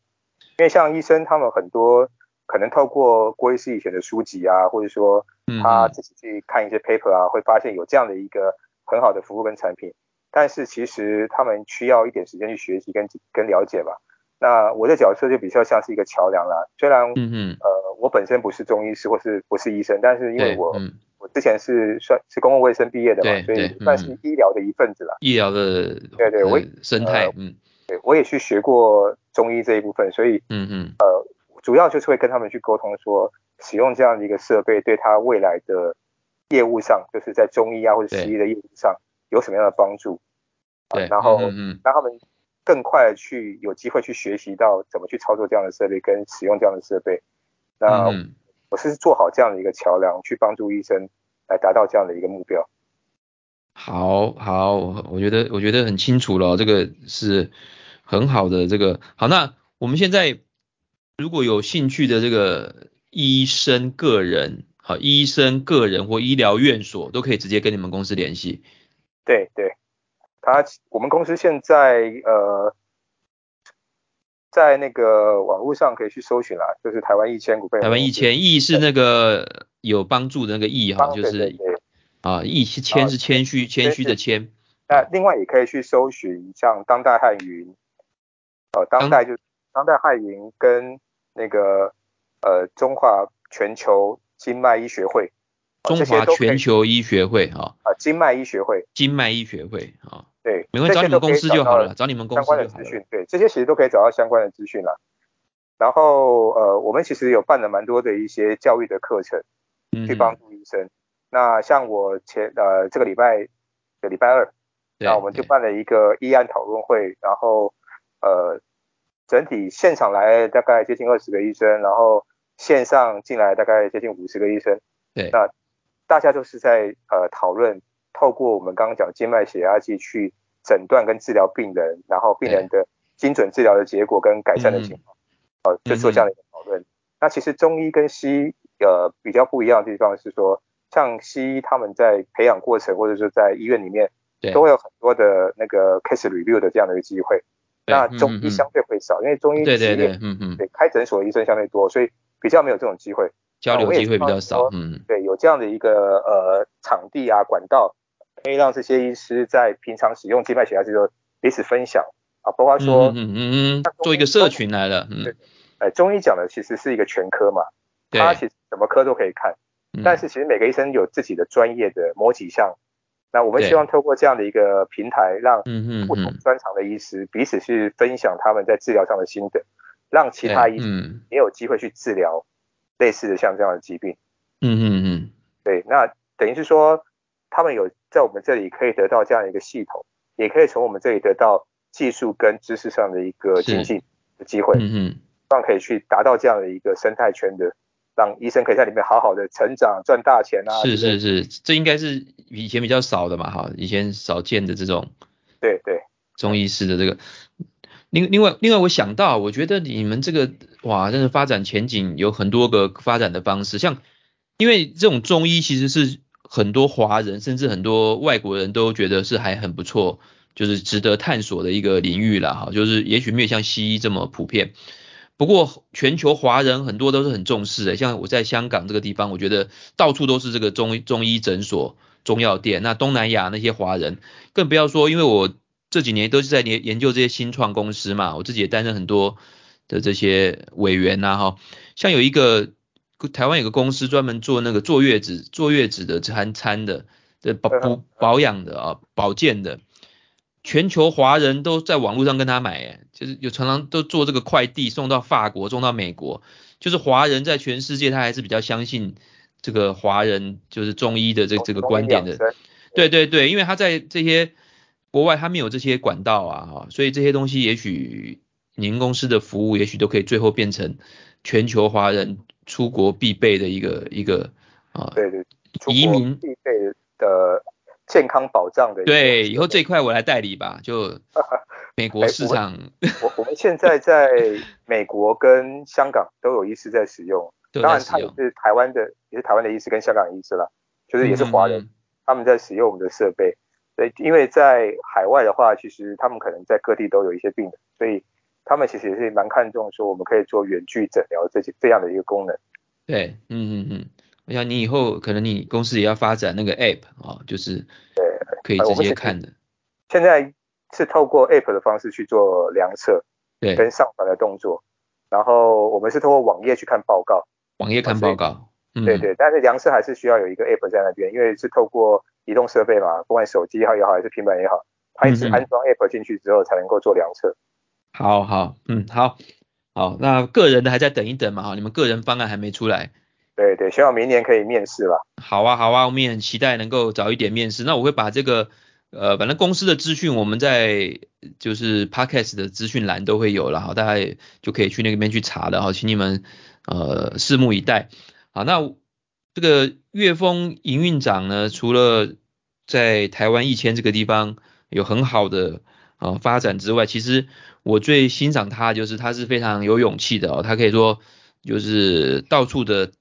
因为像医生他们很多可能透过郭医师以前的书籍啊，或者说嗯他哼，自己去看一些 paper 啊，会发现有这样的一个很好的服务跟产品，但是其实他们需要一点时间去学习跟跟了解吧。那我的角色就比较像是一个桥梁啦，虽然嗯哼，呃我本身不是中医师或是不是医生，但是因为对，我嗯，我之前是算是公共卫生毕业的嘛对，所以对算嗯是医疗的一份子啦。医疗的对对我呃生态，嗯对，我也去学过中医这一部分，所以嗯嗯，呃主要就是会跟他们去沟通说，使用这样的一个设备对他未来的业务上，就是在中医啊或者西医的业务上有什么样的帮助，啊对，然后嗯嗯让他们更快地去有机会去学习到怎么去操作这样的设备跟使用这样的设备。那嗯嗯，我是做好这样的一个桥梁，去帮助医生来达到这样的一个目标。好好，我我觉得我觉得很清楚了，这个是很好的这个。好，那我们现在如果有兴趣的这个医生个人，好，医生个人或医疗院所都可以直接跟你们公司联系。对对，他我们公司现在呃，在那个网络上可以去搜寻啦，就是台湾一千股份有台限公司，湾一千亿是那个有帮助的那个亿哈，帮，就对对是对。啊，一谦是谦虚谦虚的谦，那另外也可以去搜寻像当代汉云，呃，当代就是当代汉云跟那个呃中华全球经脉医学会，呃中这些华都可以全球医学会哈，啊、经脉医学会，经脉医学会啊，对，没关系，这找些你们都可以公司找就到好了，找你们公相司就好关了的。资讯，对，这些其实都可以找到相关的资讯啦。然后呃，我们其实有办了蛮多的一些教育的课程，嗯去帮助医生。那像我前呃这个礼拜的礼拜二，对那我们就对办了一个医案讨论会，然后呃整体现场来大概接近二十个医生，然后线上进来大概接近五十个医生。对那大家都是在呃讨论，透过我们刚刚讲静脉血压计去诊断跟治疗病人，然后病人的精准治疗的结果跟改善嗯的情况，呃，就做这样的一个讨论。那其实中医跟西医呃比较不一样的地方是说，像西医他们在培养过程或者说在医院里面对，都会有很多的那个 case review 的这样的一个机会。对那嗯中嗯医嗯相对会少，因为中医对其实对也对，嗯嗯，对开诊所的医生相对多，所以比较没有这种机会。交我流也机知会比道较少说，嗯，对，有这样的一个呃场地啊管道，可以让这些医师在平常使用静脉血压计的时候彼此分享啊，包括嗯说嗯，嗯嗯嗯他，做一个社群来了，嗯，对呃，中医讲的其实是一个全科嘛，对，它其实什么科都可以看，嗯但是其实每个医生有自己的专业的某几项，那我们对希望透过这样的一个平台，让嗯嗯不同嗯，专长的医师彼此去分享他们在治疗上的心得，让其他对医师嗯也有机会去治疗类似的像这样的疾病。嗯嗯嗯，对，那等于是说，他们有在我们这里可以得到这样一个系统，也可以从我们这里得到技术跟知识上的一个是精进的机会，嗯嗯，让可以去达到这样的一个生态圈的，让医生可以在里面好好的成长、赚大钱啊。是之类是的，是，这应该是以前比较少的嘛，哈，以前少见的这种对对中医师的这个。另另外另外，我想到，我觉得你们这个哇，真的发展前景有很多个发展的方式，像因为这种中医其实是很多华人甚至很多外国人都觉得是还很不错，就是值得探索的一个领域啦，哈，就是也许没有像西医这么普遍。不过全球华人很多都是很重视的，像我在香港这个地方，我觉得到处都是这个中中医诊所、中药店。那东南亚那些华人，更不要说，因为我这几年都是在研研究这些新创公司嘛，我自己也担任很多的这些委员呐、哈，像有一个台湾有个公司专门做那个坐月子坐月子的餐餐的的保保保养的啊保健的，全球华人都在网络上跟他买，哎，就是有常常都做这个快递送到法国送到美国，就是华人在全世界他还是比较相信这个华人就是中医的这这个观点的，对对对，因为他在这些国外他没有这些管道啊，哈，所以这些东西也许您公司的服务也许都可以最后变成全球华人出国必备的一个一个啊，对对，出移国民必备的健康保障的一个。对，以后这一块我来代理吧，就美国哎市场， 我我们现在在美国跟香港都有医师在使用，都有当在然使他也用，是台湾的，也是台湾的医师跟香港医师啦，就是也是华人，嗯，他们在使用我们的设备。对，因为在海外的话，其实他们可能在各地都有一些病人，所以他们其实也是蛮看重说我们可以做远距诊疗这些这样的一个功能。对，嗯嗯嗯，我想你以后可能你公司也要发展那个 app 啊，就是可以呃直我们接是看的，现在是透过 App 的方式去做量测对，跟上传的动作，然后我们是通过网页去看报告。网页看啊所以报告，嗯，对对，但是粮食还是需要有一个 app 在那边，因为是透过移动设备嘛，不管手机也好也好，还是平板也好，它也是嗯嗯安装 app 进去之后才能够做量测。好好，嗯，好，好，那个人的还在等一等嘛，哈，你们个人方案还没出来。对对，希望明年可以面试啦。好啊，好啊，我们也很期待能够早一点面试。那我会把这个，呃，反正公司的资讯我们在就是 podcast 的资讯栏都会有了，哈，大家也就可以去那边去查的哈，请你们呃拭目以待。好，那这个岳峰营运长呢，除了在台湾一千这个地方有很好的呃发展之外，其实我最欣赏他就是他是非常有勇气的哦，他可以说就是到处的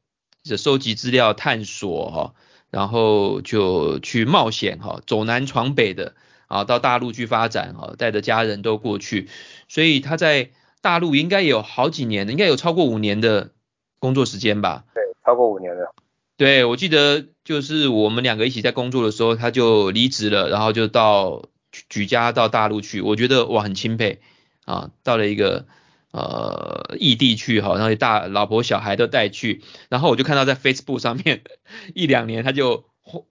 这收集资料、探索哈、哦，然后就去冒险哈、哦，走南闯北的啊，到大陆去发展哈、哦，带着家人都过去，所以他在大陆应该有好几年的，应该有超过五年的工作时间吧。对，超过五年了。对，我记得就是我们两个一起在工作的时候，他就离职了，然后就到举举家到大陆去。我觉得哇，很钦佩啊，到了一个呃异地去哈，然后大老婆小孩都带去，然后我就看到在 Facebook 上面一两年他就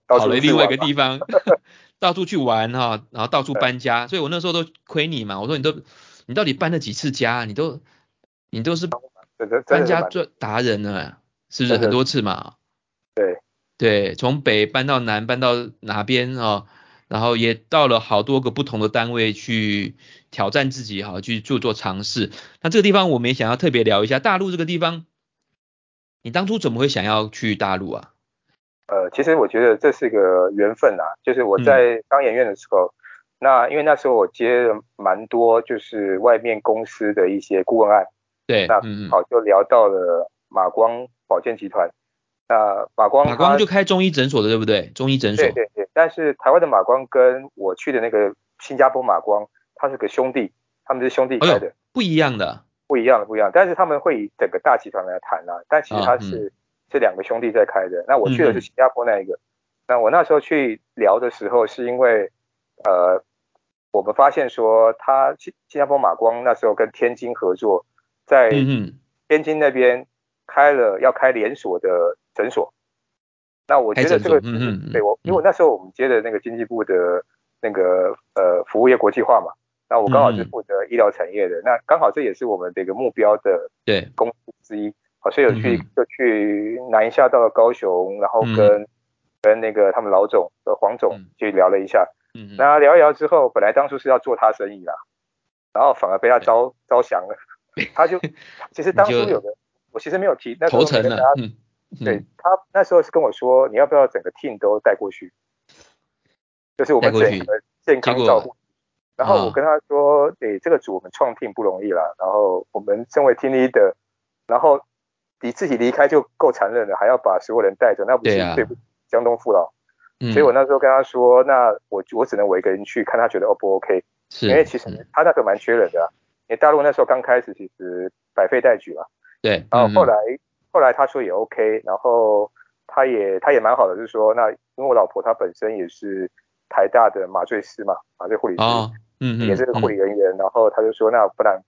到处跑了去另外一个玩吧地方， 到处去玩哈、然后到处搬家，所以我那时候都亏你嘛，我说你都你到底搬了几次家，啊你都你都是真的真搬的是家蛮专达人了，哎是不是真的很多次嘛？对对，从北搬到南，搬到哪边哦，然后也到了好多个不同的单位去挑战自己哈，去做做尝试。那这个地方我们也想要特别聊一下，大陆这个地方，你当初怎么会想要去大陆啊？呃，其实我觉得这是个缘分啊，就是嗯我在当演员的时候，那因为那时候我接了蛮多就是外面公司的一些顾问案。对，那嗯嗯，好，就聊到了马光保健集团。那马光马光它就开中医诊所的，对不对？中医诊所对，对对，但是台湾的马光跟我去的那个新加坡马光，它是个兄弟，他们是兄弟哎开呦的，，不一样的，不一样的不一样。但是他们会以整个大集团来谈啦、但其实啊它嗯是、这两个兄弟在开的。那我去的嗯嗯是新加坡那一个。那我那时候去聊的时候，是因为呃，我们发现说他新新加坡马光那时候跟天津合作，在嗯嗯，天津那边开了要开连锁的诊所。那我觉得这个，开诊所嗯嗯嗯对我，因为那时候我们接的那个经济部的那个呃服务业国际化嘛，那我刚嗯好是负责医疗产业的，那刚好这也是我们的一个目标的对，公司之一，好，所以有去嗯嗯就去南下到高雄，然后跟、跟那个他们老总呃黄总嗯去聊了一下，嗯嗯，那聊一聊之后，本来当初是要做他生意啦，然后反而被他招招降了。他就其实当初你就有个，我其实没有提，那时候头没疼跟了他，嗯，嗯对他那时候是跟我说，你要不要整个 team 都带过去，就是我们带过去啊整个健康照顾。然后我跟他说，诶、这个组我们创 team 不容易啦，然后我们身为 team leader，然后你自己离开就够残忍了，还要把所有人带走，那不对是啊对不起江东父老？嗯，所以我那时候跟他说，那我我只能我一个人去，看他觉得 O 不 OK。是，因为其实嗯他那个蛮缺人的、啊，因为大陆那时候刚开始其实百废待举嘛，对，然后嗯嗯后来、后来他说也 OK，然后他也他也蛮好的，就是说那因为我老婆她本身也是台大的麻醉师嘛，麻醉护理师，哦，嗯嗯，也是护理人员，然后他就说，那不然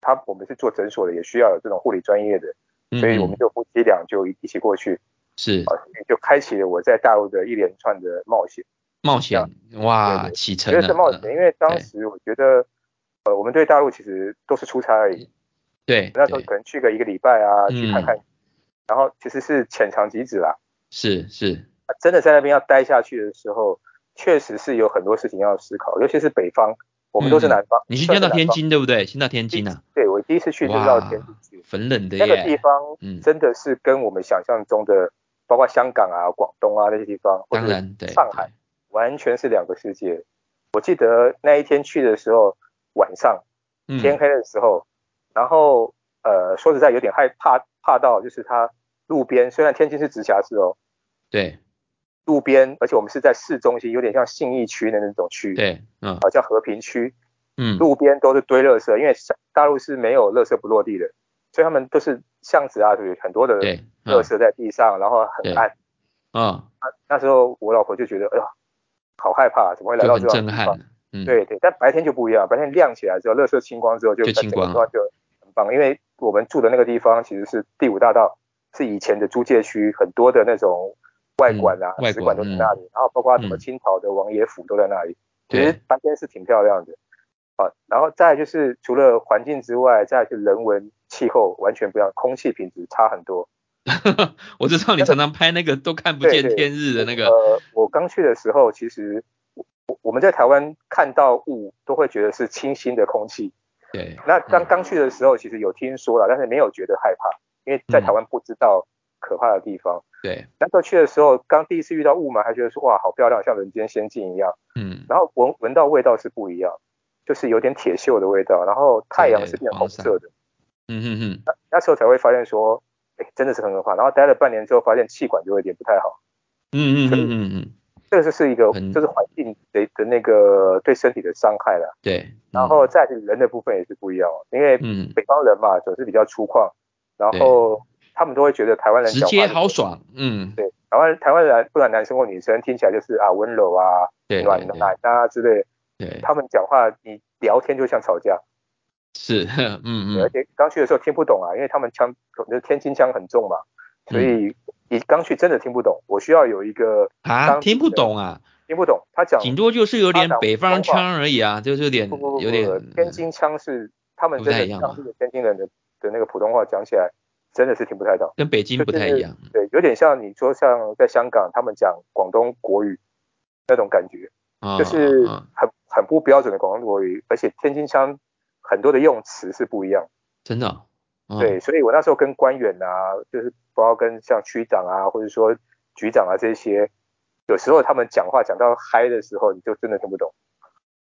他我们是做诊所的，也需要有这种护理专业的，嗯，所以我们嗯就夫妻俩就一一起过去，是啊，所以就开启了我在大陆的一连串的冒险。冒险，哇，对对启觉程得了，是冒险，嗯因为当对时我觉得，呃，我们对大陆其实都是出差而已，对，那时候对可能去个一个礼拜啊，嗯去看看，然后其实是浅尝即止啦。是是，啊真的在那边要待下去的时候，确实是有很多事情要思考，尤其是北方，我们都嗯是南方。你先算到是南天方，津对不对？先到天津啊，对我第一次去就是到哇天津去，，很冷的那个地耶，方嗯，真的是跟我们想象中的，包括香港啊、广东啊那些地方，或当者然对，上海完全是两个世界。我记得那一天去的时候，晚上对天嗯，黑的时候，然后呃，说实在有点害怕，怕到就是它路边，虽然天津是直辖市哦，对路边，而且我们是在市中心，有点像信义区的那种区，对，嗯啊，叫和平区，嗯，路边都是堆垃圾，因为大陆是没有垃圾不落地的，所以他们都是巷子啊，有很多的对，垃嗯圾在地上，然后很暗。嗯，那时候我老婆就觉得，哎呀，好害怕，怎么会来就到很这种震地撼方？了，嗯，对对，但白天就不一样，白天亮起来之后，垃圾清光之后就，就清光了整个地方就很棒。因为我们住的那个地方其实是第五大道，是以前的租界区，很多的那种外馆啊嗯、外馆使馆都在那里，然后包括什么嗯清朝的王爷府都在那里。其对实白天是挺漂亮的啊。然后再来就是除了环境之外，再来就是人文、气候完全不一样，空气品质差很多。我知道你常常拍那个都看不对见对天日的那个，呃，我刚去的时候，其实我我我们在台湾看到雾都会觉得是清新的空气。对，那刚刚去的时候，其实有听说了，但是没有觉得害怕，因为在嗯台湾不知道可怕的地方。对，那时候去的时候，刚第一次遇到雾霾，还觉得说哇，好漂亮，像人间仙境一样。嗯，然后闻闻到味道是不一样，就是有点铁锈的味道，然后太阳是变红色的。嗯嗯嗯，那时候才会发现说，哎，真的是很可怕。然后待了半年之后，发现气管就有点不太好。嗯嗯嗯嗯嗯，这个就是一个很就是环境的的那个对身体的伤害了。对，然后再是人的部分也是不一样，哦因为嗯，北方人嘛，总是比较粗犷，然后他们都会觉得台湾人直讲话接就豪爽，嗯，对，台湾台湾人不管男生或女生，听起来就是啊温柔啊、对暖对男啊之类的，对对，他们讲话你聊天就像吵架，是， 嗯而嗯，且刚去的时候听不懂啊，因为他们腔就是天津腔很重嘛，嗯所以你刚去真的听不懂，我需要有一个啊，听不懂啊，听不懂他讲顶多就是有点他讲北方普通话腔而已啊，就是有点不不不不有点天津腔是他们不太真一样啊的嘛当地的天津人的的那个普通话讲起来真的是听不太懂。跟北京不太一样，对，有点像你说像在香港他们讲广东国语那种感觉，啊，就是啊很很不标准的广东国语，而且天津腔很多的用词是不一样。真的哦，嗯对，所以我那时候跟官员啊，就是包括跟像区长啊，或者说局长啊这些，有时候他们讲话讲到嗨的时候，你就真的听不懂。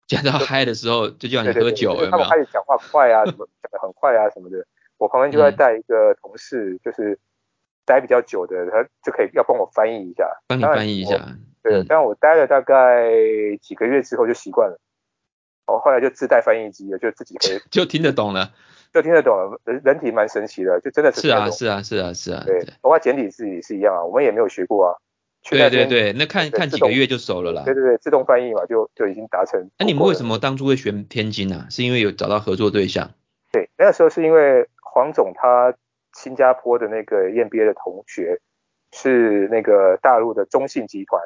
讲到嗨的时候就叫你对对喝对，酒，就是有他没们有开？始讲话快啊，什么讲的很快啊什么的。我旁边就在嗯带一个同事，就是待比较久的，他就可以要帮我翻译一下。帮你当然翻译一我下，对嗯，但我待了大概几个月之后就习惯了，我后来就自带翻译机了，就自 己可以就听得懂 了，就听得懂了。人人体蛮神奇的，就真的是是听得啊懂。是啊是啊是啊，对，包括简体字也是一样啊，我们也没有学过啊。去对那对边对，那看对看自几个动月就熟了啦对。对对，自动翻译嘛，就就已经达成。那、你们为什么当初会选天津啊？是因为有找到合作对象？对，那个时候是因为黄总他新加坡的那个验 MBA 的同学是那个大陆的中信集团，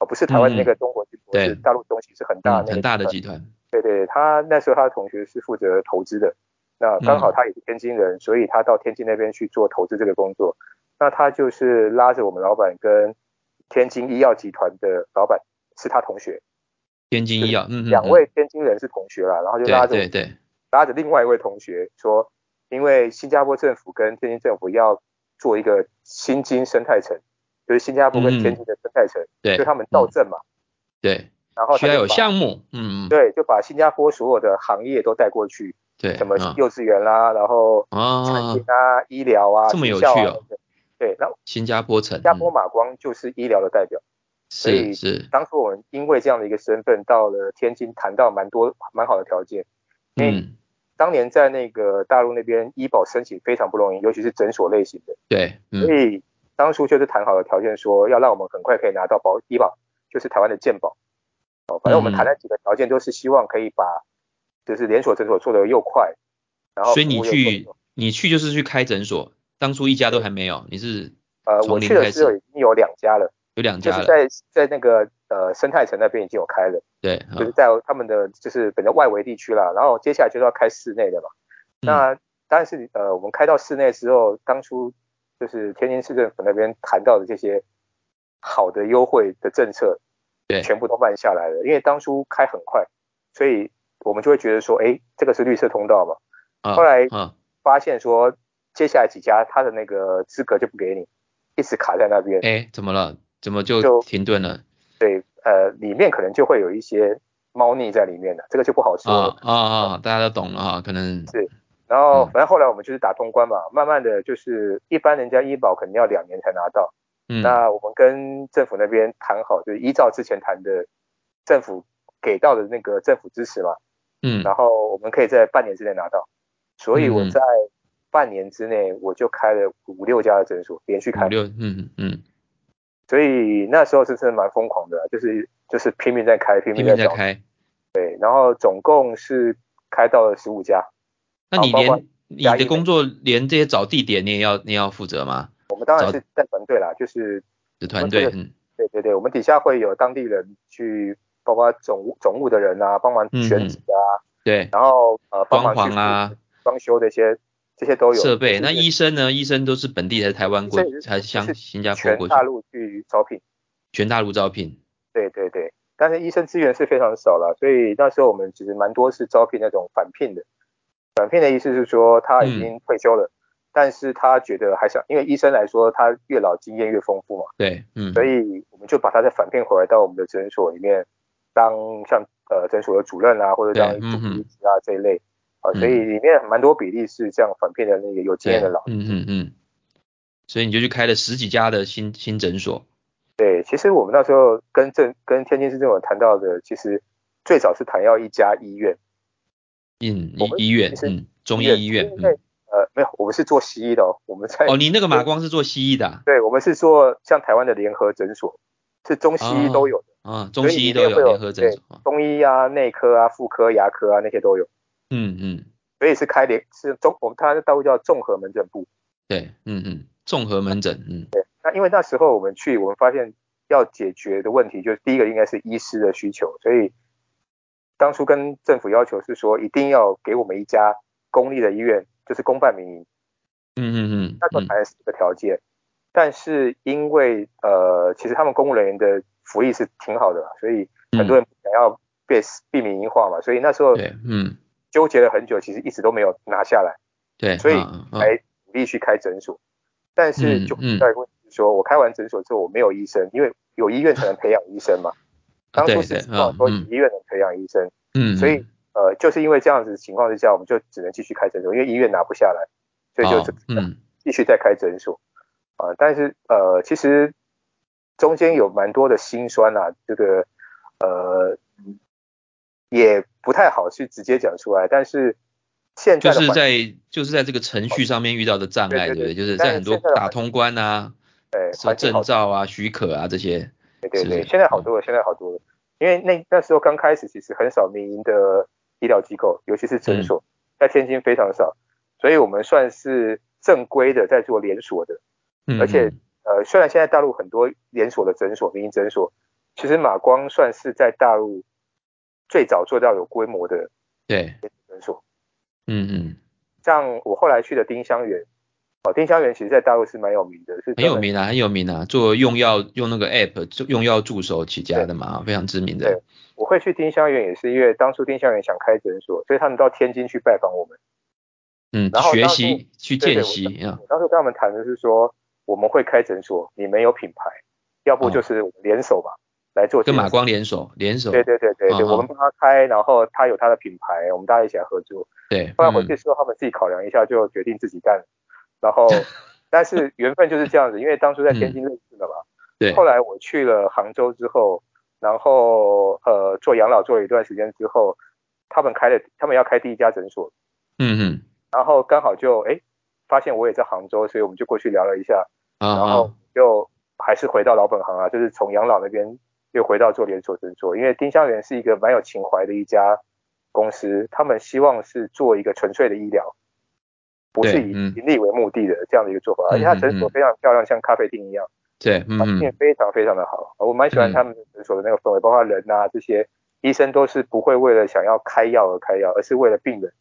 哦，不是台湾的那个中国集团，嗯是对大陆中信，是很嗯大那，个很大的集集团，团。对对，他那时候他的同学是负责投资的，那刚嗯好他也是天津人，所以他到天津那边去做投资这个工作。那他就是拉着我们老板跟天津医药集团的老板是他同学，天津医药，嗯嗯，两嗯位天津人是同学啦，然后就拉对着我们对对，拉着另外一位同学说，因为新加坡政府跟天津政府要做一个新津生态城，就是新加坡跟天津的生态城，嗯对所以他们造嗯镇嘛，对，然后他需要就有把项目，嗯嗯，对，就把新加坡所有的行业都带过去，对，什么啊幼稚园啦，然后产啊业，啊、医疗啊、这么有学校啊趣哦等等对，那新加坡城，新加坡嗯、马光就是医疗的代表。所以是是，当初我们因为这样的一个身份，到了天津谈到蛮多蛮好的条件，因为嗯，当年在那个大陆那边医保申请非常不容易，尤其是诊所类型的，对，所嗯以当初就是谈好的条件说要让我们很快可以拿到保医保，就是台湾的健保。哦，反正我嗯们谈的几个条件都是希望可以把就是连锁诊所做得又快，然后所以你服务又去做得你去就是去开诊所，当初一家都还没有，你是呃，从我零去的开时候始已经有两家了，有两就家是了，在在那个呃生态城那边已经有开了，对，就是啊在他们的就是本来外围地区啦，然后接下来就是要开室内的嘛。嗯那但是呃，我们开到室内之后，当初就是天津市政府那边谈到的这些好的优惠的政策，对全部都慢下来了，因为当初开很快，所以我们就会觉得说，哎，这个是绿色通道嘛，啊后来啊发现说接下来几家他的那个资格就不给你，一直卡在那边。哎怎么了？怎么就就停顿了？呃，里面可能就会有一些猫腻在里面的，这个就不好说了。啊啊啊！大家都懂了啊，可能是然后嗯反正后来我们就是打通关嘛，慢慢的就是一般人家医保可能要两年才拿到，嗯那我们跟政府那边谈好，就是依照之前谈的政府给到的那个政府支持嘛，嗯然后我们可以在半年之内拿到，所以我嗯在半年之内我就开了五六家的诊所，连续开五，六嗯嗯所以那时候真是蛮疯狂的，就是就是拼命在开，拼拼命命在在找，开，对，然后总共是开到了十五家。那你好包括连你嘉义的工美作连这些找地点你也要你也要负责吗？我们当然找是带团队啦，就是的我团这队个嗯对对对，我们底下会有当地人去，包括总务总务的人啊，帮忙选址啊，对然后呃嗯帮装忙去潢啊装修这些这些都有设备，就是那医生呢？医生都是本地还是台湾医过生也是还是就香是新加坡全过去大？陆去招聘，全大陆招聘，对对对，但是医生资源是非常少啦，所以那时候我们其实蛮多是招聘那种返聘的，返聘的意思是说他嗯已经退休了，但是他觉得还想，因为医生来说他越老经验越丰富嘛。对，嗯，所以我们就把他再反变回来到我们的诊所里面，当像呃诊所的主任啊，或者当对嗯主哼治医师啊这一类啊、嗯所以里面蛮多比例是这样反变的那个有经对，验的老。嗯嗯嗯，所以你就去开了十几家的新新诊所，对，其实我们那时候跟政跟天津市政府谈到的，其实最早是谈要一家医院，嗯，医我们医院其，实嗯，中医医院，因为嗯，呃没有，我们是做西医的哦，我们在、哦，你那个马光是做西医的啊对，我们是做像台湾的联合诊所，是中西医都有的，啊，所中以西医里都面有会有联合诊所，啊中医啊、内科啊、妇科、牙科啊那些都有。嗯嗯，所以是开联是综，我们它的单位叫综合门诊部。对，嗯嗯，综合门诊，嗯，那因为那时候我们去，我们发现要解决的问题就是第一个应该是医师的需求，所以当初跟政府要求是说一定要给我们一家公立的医院，就是公办民营，嗯嗯那时候嗯，谈了四个条件。但是因为呃，其实他们公务人员的福利是挺好的啦，所以嗯很多人想要被被民营化嘛，所以那时候嗯，对，嗯纠结了很久，其实一直都没有拿下来。对，所以哎啊啊啊才鼓励去开诊所。但嗯是就遇到一个问题，是说我开完诊所之后我没有医生，因为有医院才能培养医生嘛。当初对是对希望啊说嗯医院能培养医生，嗯，所以呃，就是因为这样子的情况之下，我们就只能继续开诊所，因为医院拿不下来，所以就哦只嗯继续再开诊所。啊、但是呃，其实中间有蛮多的辛酸啊，这个呃也不太好去直接讲出来，但是现在就的是环在就是在这个程序上面遇到的障碍，对对对不对？对就是但在是很多现在的打环通关啊、哎什么环境好证照啊、许可啊这些，对对是嗯不对，是现在好多了，现在好多了。因为那那时候刚开始，其实很少民营的医疗机构，尤其是嗯诊所，在天津非常少，所以我们算是正规的在做连锁的。嗯，而且嗯呃，虽然现在大陆很多连锁的诊所、民营诊所，其实马光算是在大陆最早做到有规模的对，诊所。嗯嗯，像我后来去的丁香园，哦，丁香园其实在大陆是蛮有名的，是很有专门名啊，很有名啊，做用药用那个 app 就用药助手起家的嘛，非常知名的对。我会去丁香园也是因为当初丁香园想开诊所，所以他们到天津去拜访我们。嗯然，后学当习去对见对我习啊，我当时跟他们谈的是说，我们会开诊所，你们有品牌，要不就是我们联手嘛、来做这哦跟件马事。光联手联手，对对对对对，嗯嗯我们帮他开，然后他有他的品牌，我们大家一起来合作。对，后来回嗯去之后，他们自己考量一下，就决定自己干。然后，但是缘分就是这样子，因为当初在天津认识的嘛。嗯对后，来我去了杭州之后，然后呃做养老做了一段时间之后，他们开了，他们要开第一家诊所，嗯嗯，然后刚好就哎发现我也在杭州，所以我们就过去聊了一下，啊然后啊，就还是回到老本行啊，就是从养老那边又回到做连锁诊所，因为丁香园是一个蛮有情怀的一家公司，他们希望是做一个纯粹的医疗，不是对以嗯盈利为目的的这样的一个做法，而且它诊所非常漂亮，像咖啡厅一样，对，嗯环境嗯，非常非常的好，我蛮喜欢嗯他们诊所的那个氛围，包括人啊这些医生都是不会为了想要开药而开药，而是为了病人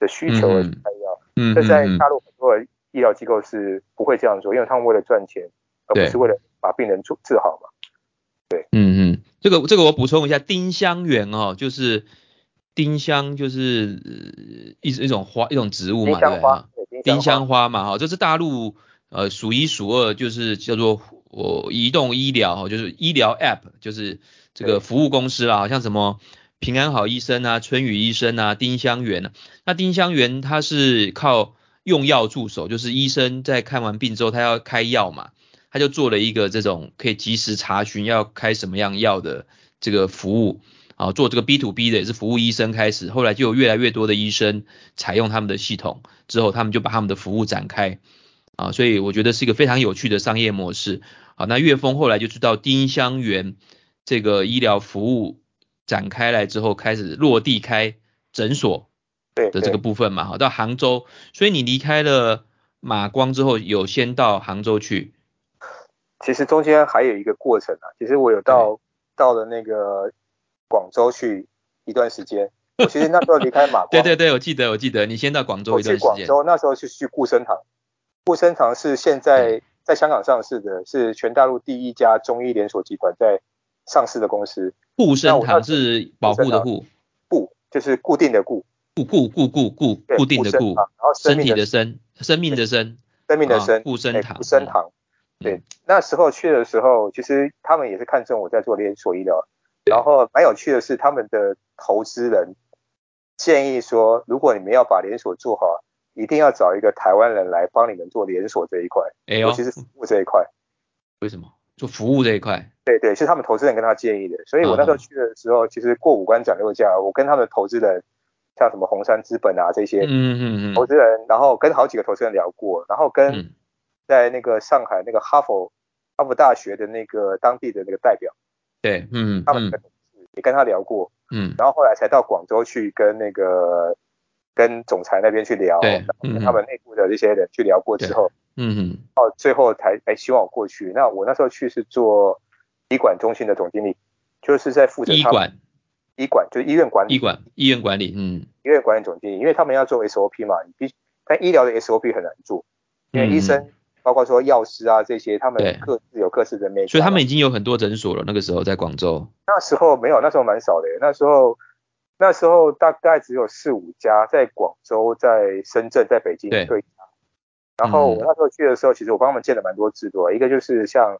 的需求而去嗯开药。嗯这在嗯嗯大陆很多的医疗机构是不会这样做，因为他们为了赚钱，而不对是为了把病人治治好嘛。嗯嗯，这个这个我补充一下，丁香园哦，就是丁香就是呃一一种花一种植物丁嘛，对香不对花啊？，对丁丁香香花嘛，哈，这是大陆呃数一数二，就是叫做我、移动医疗，哈，就是医疗 App，就是这个对服务公司啦，好像什么平安好医生啊、春雨医生啊、丁香园啊，那丁香园它是靠用药助手，就是医生在看完病之后，他要开药嘛，他就做了一个这种可以及时查询要开什么样药的这个服务。啊，做这个 B to B 的也是服务医生开始，后来就有越来越多的医生采用他们的系统，之后，他们就把他们的服务展开啊，所以我觉得是一个非常有趣的商业模式。好，那岳峰后来就知道丁香园这个医疗服务展开来之后，开始落地开诊所对的这个对部分嘛，好，到杭州，所以你离开了马光之后，有先到杭州去，其实中间还有一个过程啊，其实我有到到了那个广州去一段时间，我其实那时候离开马光， 对对对，我记得我记得，你先到广州我一去段时广间，州那时候是去固生堂，固生堂是现在在香港上市的，是全大陆第一家中医连锁集团在上市的公司，护那生我那堂时候是保护的护，固就是固定的固，固固固固固对固定的护生固堂，然后生身命体的的生，生命的生，生命的啊生，固生哎堂啊固生嗯堂。对，那时候去的时候，其实他们也是看中我在做连锁医疗，然后蛮有趣的是，他们的投资人建议说，如果你们要把连锁做好，一定要找一个台湾人来帮你们做连锁这一块，哎尤呦，其是服务这一块。为什么做服务这一块？对对，是他们投资人跟他建议的，所以我那嗯时候去的时候，其实过五关斩六将，我跟他们的投资人，像什么红杉资本啊这些嗯嗯嗯投资人，然后跟好几个投资人聊过，然后跟嗯，在那个上海那个哈佛哈佛大学的那个当地的那个代表，对，嗯他们嗯的同事也跟他聊过，嗯，然后后来才到广州去跟那个跟总裁那边去聊，对然后嗯跟他们内部的这些人去聊过之后，嗯嗯，到最后才哎希望我过去。那我那时候去是做医管中心的总经理，就是在负责医他们管医管就是医院管理医管医院管理，嗯，医院管理总经理，因为他们要做 SOP 嘛，你必但医疗的 SOP 很难做，因为医生、嗯包括说药师啊这些，他对们各自有各自的面，所以他们已经有很多诊所了，那个时候在广州，那时候没有，那时候蛮少的耶，那时候那时候大概只有四五家，在广州、在深圳、在北京对各一家。然后我嗯那时候去的时候，其实我帮他们建了蛮多制度啊，一个就是像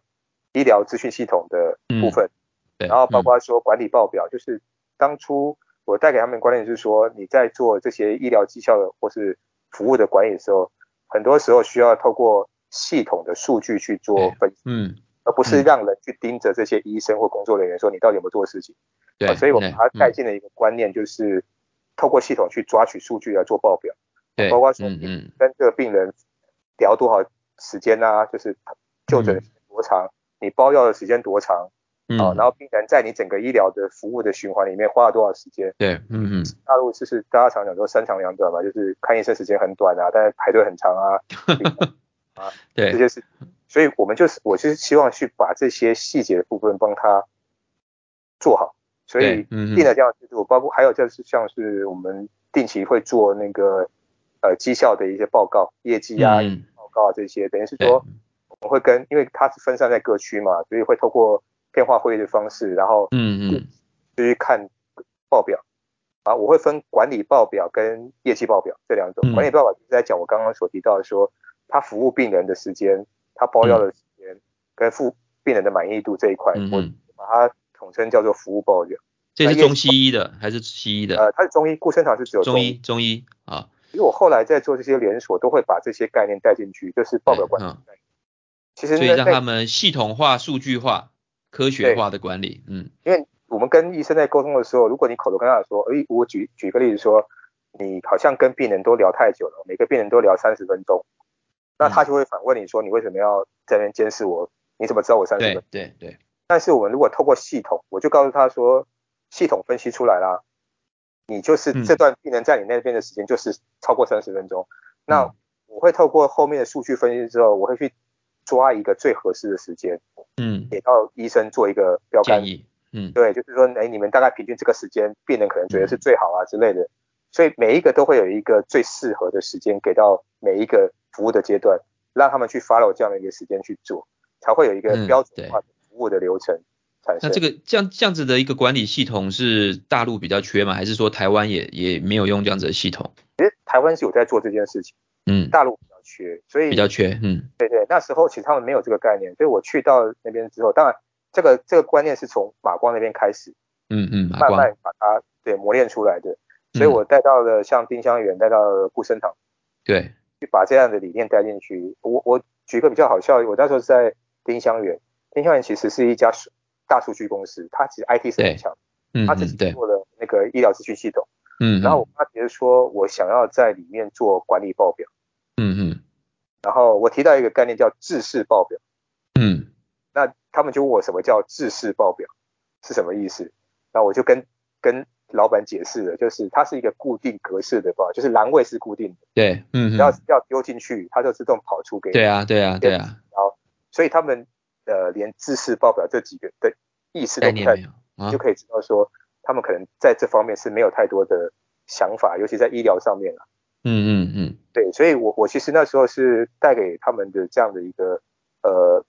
医疗资讯系统的部分，嗯对，然后嗯包括说管理报表，就是当初我带给他们的观念就是说，你在做这些医疗绩效的或是服务的管理的时候，很多时候需要透过系统的数据去做对分析，嗯，而不嗯是让人去盯着这些医生或工作人员说你到底有没有做事情。对，啊所以我对把它带嗯进了一个观念，就是透过系统去抓取数据来做报表，对，包括说嗯嗯，跟这个病人聊多少时间啊，就是就诊多长，你包药的时间多长嗯啊，然后病人在你整个医疗的服务的循环里面花了多少时间。对，嗯嗯，大陆就是大家常讲说三长两短嘛，就是看医生时间很短啊，但是排队很长 啊，这对，些事。所以我们就是我就是希望去把这些细节的部分帮他做好，所以对嗯哼定了这样的制度，包括还有就是像是我们定期会做那个呃绩效的一些报告、业绩啊、嗯嗯报告啊这些，等于是对，说我们会跟，因为它是分散在各区嘛，所以会透过电话会议的方式，然后嗯嗯，去看报表。啊，我会分管理报表跟业绩报表这两种。嗯管理报表就是在讲我刚刚所提到的说，他服务病人的时间、他包药的时间、跟服病人的满意度这一块，嗯我嗯把它统称叫做服务报表。这是那业中西医的还是西医的？呃，它是中医，顾生堂是只有中中医。中医啊，因为我后来在做这些连锁，都会把这些概念带进去，就是报表管理嗯。其实所以那让他那们系统化、数据化、科学化的管理，嗯，因为我们跟医生在沟通的时候，如果你口头跟他说，诶，我举举个例子说，你好像跟病人都聊太久了，每个病人都聊三十分钟，那他就会反问你说，你为什么要在那边监视我？你怎么知道我三十分对钟？对对，但是我们如果透过系统，我就告诉他说，系统分析出来啦，你就是这段病人在你那边的时间就是超过三十分钟。那我会透过后面的数据分析之后，我会去抓一个最合适的时间，嗯，给到医生做一个标杆建议，嗯，对，就是说，哎，你们大概平均这个时间，病人可能觉得是最好啊之类的，所以每一个都会有一个最适合的时间给到每一个服务的阶段，让他们去 follow 这样的一个时间去做，才会有一个嗯标对准化的服务的流程产那生。这个这样这样子的一个管理系统是大陆比较缺吗？还是说台湾也也没有用这样子的系统？其实台湾是有在做这件事情，嗯，大陆比较缺，所以比较缺，嗯对对，那时候其实他们没有这个概念，所以我去到那边之后，当然这个这个观念是从马光那边开始，嗯嗯，马慢光，慢把它对磨练出来的，所以嗯我带到了像丁香园，带到了顾生堂。对，去把这样的理念带进去。我我举一个比较好笑，我那时候是在丁香园，丁香园其实是一家数大数据公司，它其实 IT 是很强，嗯它自嗯己对，做了那个医疗资讯系统。嗯，然后我跟他提出说，我想要在里面做管理报表，嗯嗯然后我提到一个概念叫制式报表，嗯那他们就问我什么叫制式报表是什么意思，那我就跟跟老板解释了，就是它是一个固定格式的报表，就是栏位是固定的，对，嗯只要嗯，只要丢进去，它就自动跑出给你。对啊对啊对啊，所以他们呃连知识报表这几个的意识都概不念太没，有啊就，可以知道说他们可能在这方面是没有太多的想法，尤其在医疗上面啊。嗯嗯嗯，对，所以我我其实那时候是带给他们的这样的一个呃，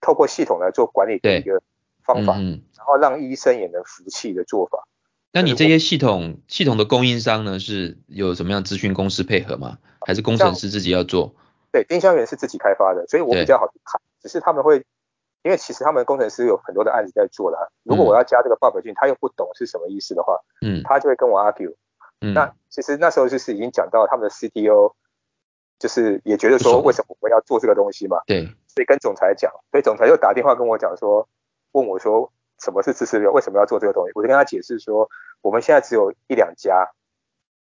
透过系统来做管理的一个方法，嗯嗯，然后让医生也能服气的做法。那你这些系统系统的供应商呢，是有什么样咨询公司配合吗？还是工程师自己要做？对，丁香园是自己开发的，所以我对比较好去看，只是他们会。因为其实他们工程师有很多的案子在做啦，如果我要加这个报表进去，他又不懂是什么意思的话，嗯他就会跟我 argue，嗯，那其实那时候就是已经讲到他们的 CTO，就是也觉得不说爽为什么我们要做这个东西嘛，对，所以跟总裁讲，所以总裁又打电话跟我讲说，问我说什么是知识流，为什么要做这个东西？我就跟他解释说，我们现在只有一两家，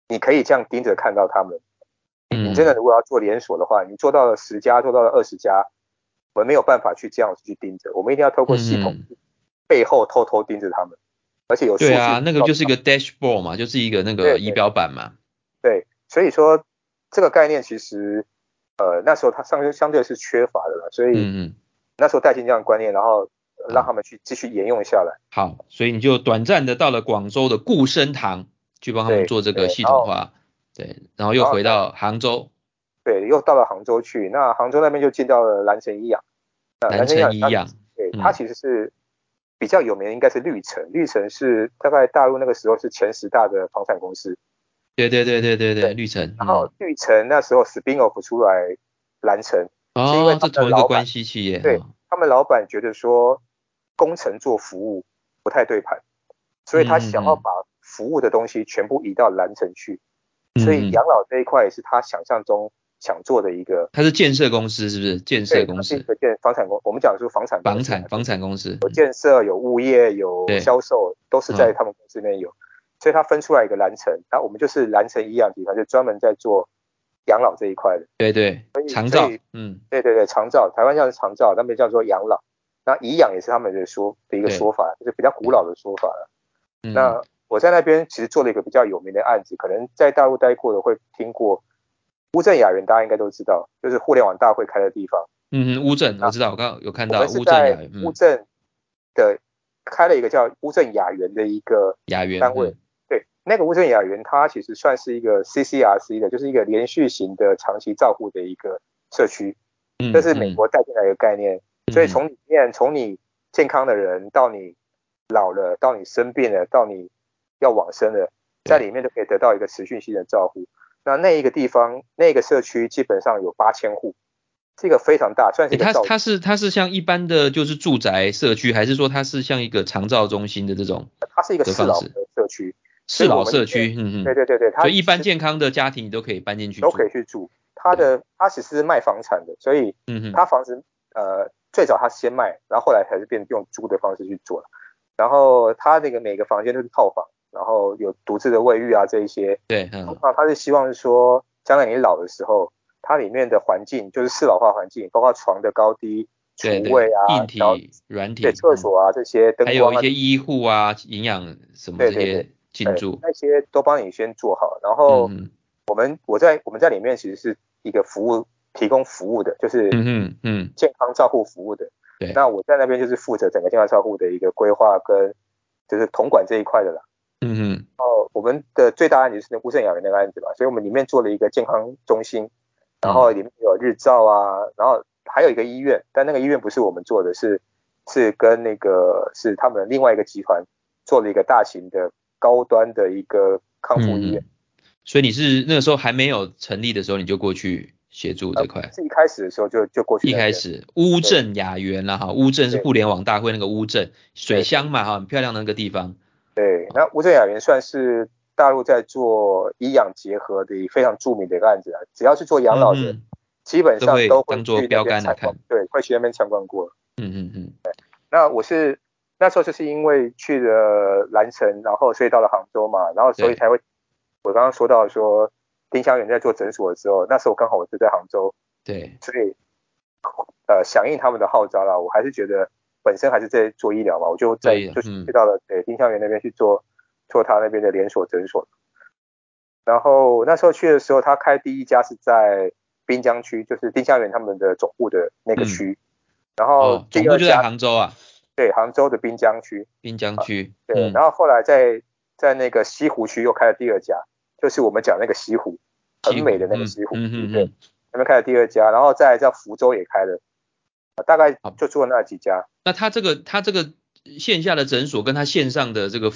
你可以这样盯着看到他们。嗯你真的如果要做连锁的话，你做到了十家，做到了二十家，我们没有办法去这样子去盯着，我们一定要透过系统背后偷偷盯着他们，而且有数据嗯对啊，那个就是一到个 dashboard 嘛，就是一个那对个对仪表板嘛，对，所以说这个概念其实，呃，那时候它相相对是缺乏的了，所以嗯嗯，那时候带进这样的观念，然后呃让他们去继续沿用下来。好，所以你就短暂的到了广州的顾生堂去帮他们对做这个对系统化，对，然后又然后回到杭州对，又到了杭州去，那杭州那边就进到了蓝城医养。呃那南城城医一养它，样，对，嗯它其实是比较有名，的，应该是绿城。绿城是大概大陆那个时候是前十大的房产公司，对对对对对对，对绿城，然后绿城那时候 spin off 出来蓝城，嗯是因为哦，他这同们的一老个板关系企业，对哦他们老板觉得说工程做服务不太对盘，所以他想嗯要把服务的东西全部移到蓝城去，所以嗯嗯养老这一块也是他想象中想做的一个。它是建设公司是不是？建对，设它公是一司，个建房产公，我们讲的是房产公房司产房产公司，有建设、有物业、有对嗯销售，都是在他们公司里面有，所以他分出来一个蓝城，那我们就是蓝城一样集团，就专门在做养老这一块的。对对所，以长所照以，嗯，对对对，长照，台湾叫长照，那边叫做养老。那颐养也是他们的说的一个对说法，就是比较古老的说法了。嗯那我在那边其实做了一个比较有名的案子，可能在大陆待过的会听过，乌镇雅园大家应该都知道，就是互联网大会开的地方。嗯嗯，乌镇啊我知道，我刚刚有看我到们是乌镇雅在园，乌嗯，镇的开了一个叫乌镇雅园的一个雅园单位嗯对，那个乌镇雅园它其实算是一个 CCRC 的，就是一个连续型的长期照护的一个社区，嗯，这是美嗯国带进来的概念。所以从里面，从你健康的人到你老了，到你生病了，到你要往生了，在里面都可以得到一个持续性的照顾。那那一个地方，那个社区基本上有八千户，这个非常大，算是诶一个它照顾。它是它是像一般的就是住宅社区，还是说它是像一个长照中心的这种它是一个的四方老式的社区，适所以我老们社里区？嗯对嗯，对对对，它所以一般其实健康的家庭你都可以搬进去都住，可以去住。它的它其实是卖房产的，所以嗯嗯他房子呃最早他先卖，然后后来才是变成用租的方式去做了。然后他那个每个房间都是套房，然后有独自的卫浴啊这一些。对，通嗯常他是希望是说，将来你老的时候，它里面的环境就是适老化环境，包括床的高低、厨对对卫啊，硬体然后、软体，对厕嗯所啊这些灯还光有啊一些医护啊、营养什么对这对些进对驻，那些都帮你先做好，然后嗯我们我在我们在里面其实是一个服务提供服务的，就是嗯嗯嗯健康照护服务的。对那我在那边就是负责整个健康照护的一个规划跟就是统管这一块的啦。嗯嗯哦，我们的最大案子就是那乌镇养人那个案子嘛，所以我们里面做了一个健康中心，然后里面有日照啊，然后还有一个医院，但那个医院不是我们做的是，是跟那个是他们另外一个集团做了一个大型的高端的一个康复医嗯院。嗯，所以你是那个时候还没有成立的时候，你就过去协助这块。是一开呃始的时候就就过去一那边，开始乌镇雅园啦哈，乌镇是对互联网大会那个乌镇，水乡嘛哈，很漂亮的那个地方。对，那乌镇雅园算是大陆在做医养结合的非常著名的一个案子啊，只要是做养老的，嗯基本都上会都会当作去那标边杆来参观看，对，会去那边参观过。嗯嗯嗯那我是那时候就是因为去了蓝城，然后所以到了杭州嘛，然后所以对才会我刚刚说到说丁香园在做诊所的时候，那时候刚好我就在杭州，对，所以呃响应他们的号召啦，我还是觉得本身还是在做医疗嘛，我就在对就嗯去到了对丁香园那边去做做他那边的连锁诊所。然后那时候去的时候，他开第一家是在滨江区，就是丁香园他们的总部的那个嗯区。然后哦，第总二部就家在杭州啊，对，杭州的滨江区，滨江区。啊对，嗯然后后来在在那个西湖区又开了第二家，就是我们讲那个西湖，很美的那个西湖，嗯嗯嗯对，嗯，那边开了第二家，然后再来在福州也开了，啊大概好就做那几家，那他这个他这个线下的诊所跟他线上的这个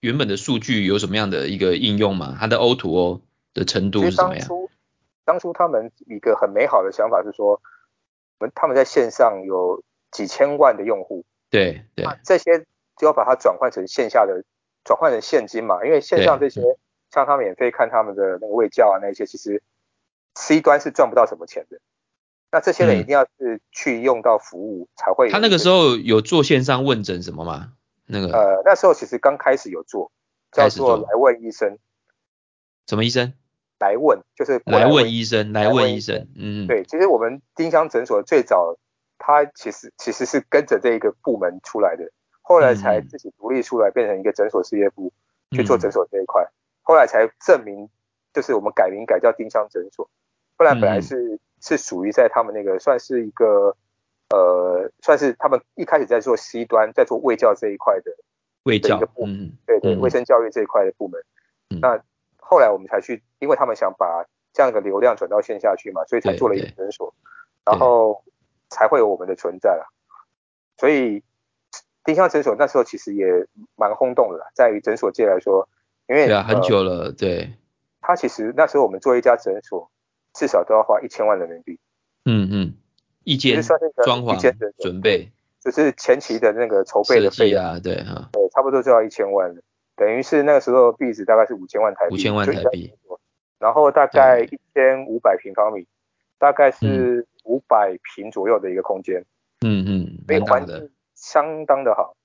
原本的数据有什么样的一个应用吗？它的 O to O 的程度其是实怎么当样？初当初他们一个很美好的想法是说，我们他们在线上有几千万的用户，对对那啊这些就要把它转换成线下的，转换成现金嘛，因为线上对这些像他们免费看他们的那个卫教啊那些，其实 C 端是赚不到什么钱的。那这些人嗯一定要是去用到服务才会有。他那个时候，候有做线上问诊什么吗？那个呃，那时候其实刚开始有做，叫开始做做来问医生，什么医生？来问就是过来问问医生，来来问问医医生。嗯，嗯，对，其实我们丁香诊所最早它其实其实是跟着这个部门出来的，后来才嗯自己独立出来变成一个诊所事业部去做嗯诊所这一块，后来才证明就是我们改名改叫丁香诊所，不然本来嗯是、是属于在他们那个算是一个呃算是他们一开始在做 C 端在做卫教这一块的，卫的一教个。部嗯，嗯对对，嗯卫生教育这一块的部门。嗯那后来我们才去，因为他们想把这样的流量转到线下去嘛，所以才对做了一个对诊所，然后才会有我们的存在了。所以丁香诊所那时候其实也蛮轰动的啦，在于诊所界来说，因为对啊，很呃，久了，对，它其实那时候我们做一家诊所，至少都要花一千万人民币，嗯嗯，一间其实算是一个装一间潢诊所准备就是前期的那个筹备设的费计用，啊，对哈，对，差不多就要一千万了。等于是那个时候币值大概是五千万台币， 5000万就一家台币诊所，然后大概一千五百平方米，大概是五百平左右的一个空间，嗯嗯，所以蛮大环的境，相当的好，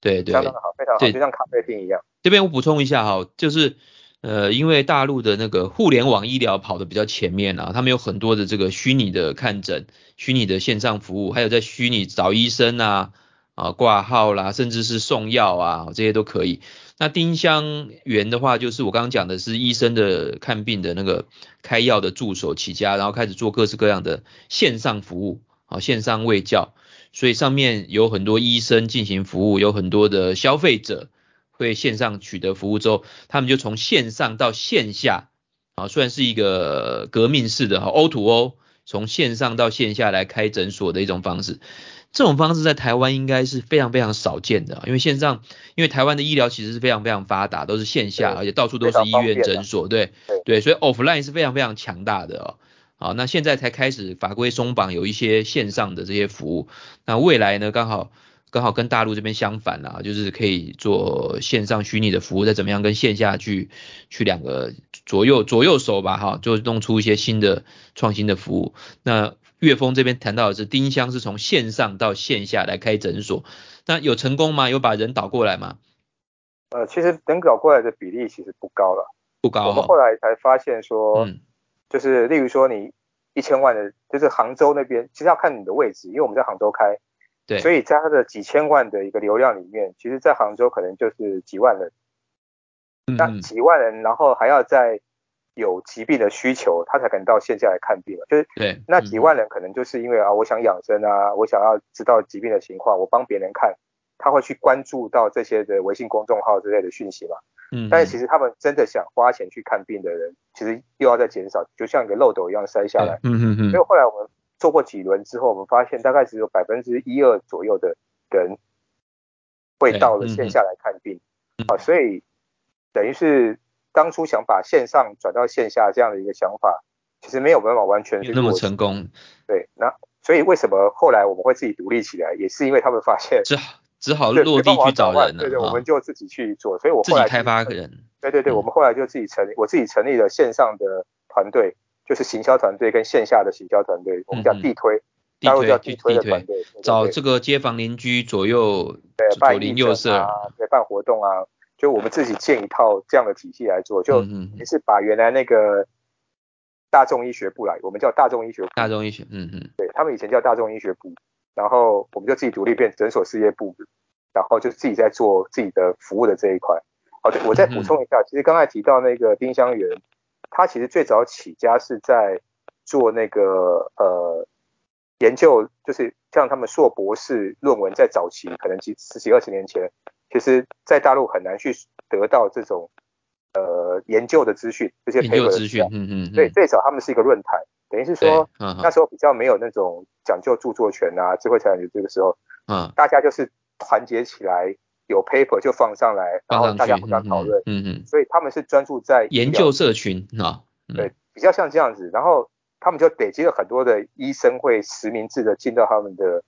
对对相当的好，非常好，对就像咖啡店一样。这边我补充一下哈，就是呃，因为大陆的那个互联网医疗跑得比较前面啊，他们有很多的这个虚拟的看诊、虚拟的线上服务，还有在虚拟找医生啊、啊挂号啦，甚至是送药啊，这些都可以。那丁香园的话，就是我刚刚讲的是医生的看病的那个开药的助手起家，然后开始做各式各样的线上服务啊，线上卫教，所以上面有很多医生进行服务，有很多的消费者。会线上取得服务之后，他们就从线上到线下，啊，虽然是一个革命式的哈 O to O，从线上到线下来开诊所的一种方式。这种方式在台湾应该是非常非常少见的啊，因为线上，因为台湾的医疗其实是非常非常发达，都是线下，对而且到处都非常是医方院、便的诊所，对对对，所以 offline 是非常非常强大的哦。好，那现在才开始法规松绑，有一些线上的这些服务。那未来呢，刚好刚好跟大陆这边相反啦、就是可以做线上虚拟的服务，再怎么样跟线下去去两个左右左右手吧，哈，就弄出一些新的创新的服务。那岳峰这边谈到的是丁香是从线上到线下来开诊所，那有成功吗？有把人导过来吗？呃，其实能搞过来的比例其实不高了，不我高们后哦哈，来才发现说，哦嗯就是例如说你一千万的，就是杭州那边，其实要看你的位置，因为我们在杭州开，对，所以在它的几千万的一个流量里面，其实在杭州可能就是几万人，嗯那嗯几万人，然后还要在有疾病的需求，他才可能到线下来看病嘛，就是对，那嗯几万人可能就是因为啊，我想养生啊，我想要知道疾病的情况，我帮别人看，他会去关注到这些的微信公众号之类的讯息嘛。嗯，但是其实实他们真的想花钱去看病的人，其实又要再减少，就像一个漏斗一样筛下来。嗯嗯嗯所以后来我们做过几轮之后，我们发现大概只有百分之一二左右的人会对到了嗯线嗯下来看病嗯啊，所以等于是当初想把线上转到线下这样的一个想法，其实没有办法完全没去有那么落地成功，对，那所以为什么后来我们会自己独立起来，也是因为他们发现只好只好对 落没地办法去找外人了对对，我啊们，就自己去做，所以我自后己来开就发个人，对对对，嗯我们后来就自己成立，我自己成立了线上的团队，就是行销团队跟线下的行销团队，我们嗯叫嗯地推，地大陆叫推去地推地的团推，队，对找对这个街坊邻居左右对左办左邻义诊右舍，啊，对，办活动啊，就我们自己建一套这样的体系来做，就嗯嗯也是把原来那个大众医学部来，我们叫大众医学部，大众医学，嗯嗯，对他们以前叫大众医学部，然后我们就自己独立变诊所事业部，然后就自己在做自己的服务的这一块。好，对，我再嗯补充一下，其实刚才提到那个丁香园，他其实最早起家是在做那个呃研究，就是像他们硕博士论文在早期，可能几十几二十年前，其实在大陆很难去得到这种呃研究的资讯，这些研 paper 究的资资讯料，嗯嗯，对，嗯最早他们是一个论坛，等于是对说，嗯那嗯时候比较没有那种讲究著作权啊、智慧财产权这个时候，嗯，大家就是团结起来，有 paper 就放上来，然后放大家上去互，相讨论。嗯嗯嗯，所以他们是专注在医疗研究，社群啊，嗯对，比较像这样子。然后他们就累积了很多的医生会实名制的进到他们的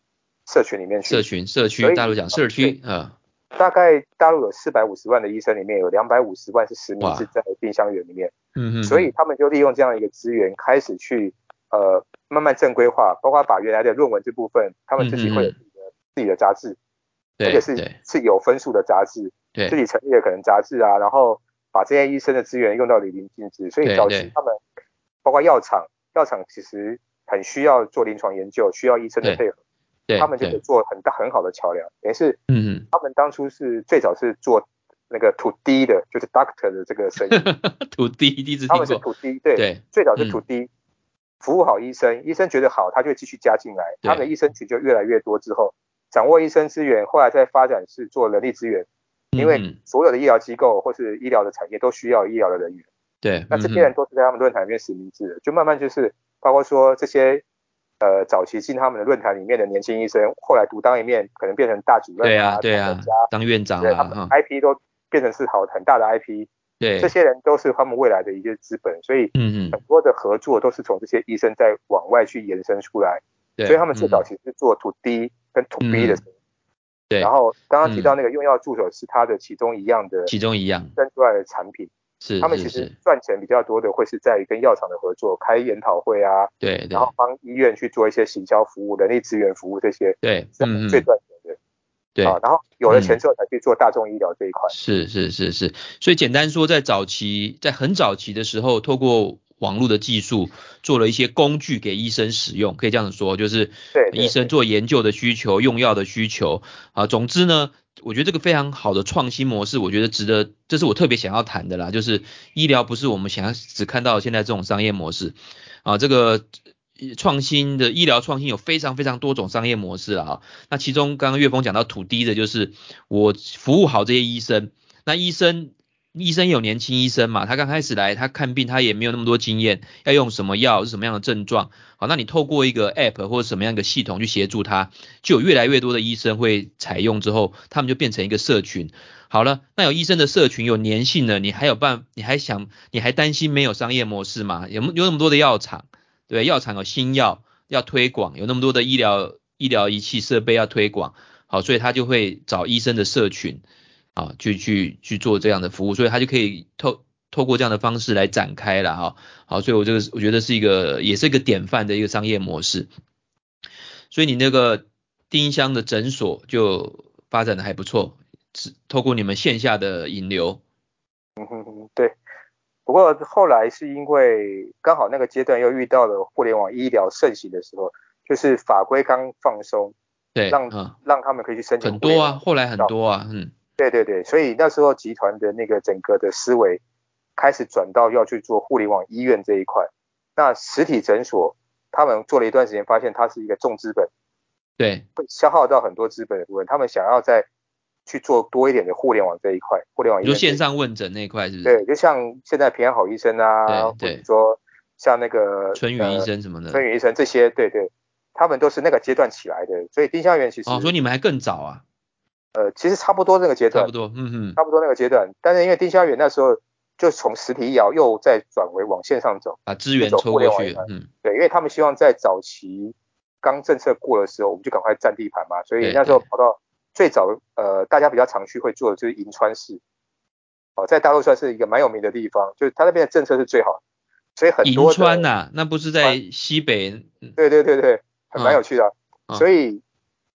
社群里面社去。群社所区，以大陆讲社区，啊，大概大陆有四百五十万的医生里面，有两百五十万是实名制哇在丁香园里面。嗯嗯，所以他们就利用这样一个资源，开始去呃慢慢正规化，包括把原来的论文这部分，他们自己会有嗯嗯自己的自己的杂志，而对且是对是有分数的杂志，对自己成立的可能杂志啊，然后把这些医生的资源用到淋漓尽致。所以对早对期他们包括药厂，药厂其实很需要做临床研究，需要医生对的配合，对，他们就可以对做很大很好的桥梁，也是嗯他们当初是最早是做那个土地的，就是 doctor 的这 个生意，嗯，土地一直他听们是过，土地对。对最早嗯是土地，服务好医生，医生觉得好，他就会继续加进来，对他们的医生群就越来越多之后，掌握医生资源，后来再发展是做人力资源，因嗯为嗯所有的医疗机构或是医疗的产业都需要医疗的人员，对，那这些人都是在他们论坛里面实名制的，就慢慢就是包括说这些。呃，早期进他们的论坛里面的年轻医生，后来独当一面，可能变成大主任对啊对当啊专家，当院长对，啊他们啊， IP 都变成是好很大的 IP，对这，些人都是他们未来的一些资本，所以嗯嗯很，多的合作都是从这些医生在往外去延伸出来，对，所以他们最早嗯其实是做 to D 跟 to B 的生意。对嗯然后刚刚提到那个用药助手是它的其中一样的其中一样生出来的产品，是他们其是实是，赚钱比较多的会是在于跟药厂的合作，开研讨会啊，对对然后帮医院去做一些行销服务、人力资源服务这些，对，是他嗯们最嗯，赚钱的。对，啊，然后有了钱嗯之后才去做大众医疗这一块。是是是是，所以简单说，在早期，在很早期的时候，透过网络的技术，做了一些工具给医生使用，可以这样说，就是对对医生做研究的需求、用药的需求啊。总之呢，我觉得这个非常好的创新模式，我觉得值得，这是我特别想要谈的啦，就是医疗不是我们想要只看到现在这种商业模式啊，这个。呃创新的医疗创新有非常非常多种商业模式啊，那其中刚刚岳峰讲到土地的，就是我服务好这些医生，那医生医生有年轻医生嘛，他刚开始来他看病他也没有那么多经验，要用什么药是什么样的症状，好，那你透过一个 app 或者什么样的系统去协助他，就有越来越多的医生会采用之后，他们就变成一个社群。好了，那有医生的社群有粘性了，你还有办，你还想，你还担心没有商业模式吗？有有那么多的药厂，对，药厂有新药要推广，有那么多的医疗医疗仪器设备要推广，好，所以他就会找医生的社群啊，去去去做这样的服务，所以他就可以透透过这样的方式来展开了哈。好，所以我这个是我觉得是一个也是一个典范的一个商业模式。所以你那个丁香的诊所就发展的还不错，是透过你们线下的引流。嗯哼哼，对，不过后来是因为刚好那个阶段又遇到了互联网医疗盛行的时候，就是法规刚放松，对，让、嗯，让他们可以去申请很互多联啊，网后来很多啊，嗯，对对对，所以那时候集团的那个整个的思维开始转到要去做互联网医院这一块。那实体诊所他们做了一段时间，发现它是一个重资本，对，会消耗到很多资本的部分，他们想要再去做多一点的互联网这一块，互联网医你说院线上问诊那一块是不是？对，就像现在平安好医生啊，嗯对对或者说像那个春雨医、生什么呃、的，春雨医生这些，对对，他们都是那个阶段起来的，所以丁香园其实、哦，所以你们还更早啊，呃其实差不多那个阶差段不，多，嗯嗯，差不多那个阶段，但是因为丁香园那时候就从实体医疗又再转为往线上走，把资源这种抽互联过网去一块，嗯，对，因为他们希望在早期刚政策过的时候，我们就赶快占地盘嘛，所以对那时候对跑到最早呃大家比较常去会做的就是银川市，哦，在大陆算是一个蛮有名的地方，就是它那边的政策是最好的，所以很银多的川啊呐、那不是在西北，嗯对对对对，很嗯蛮有趣的啊、嗯所以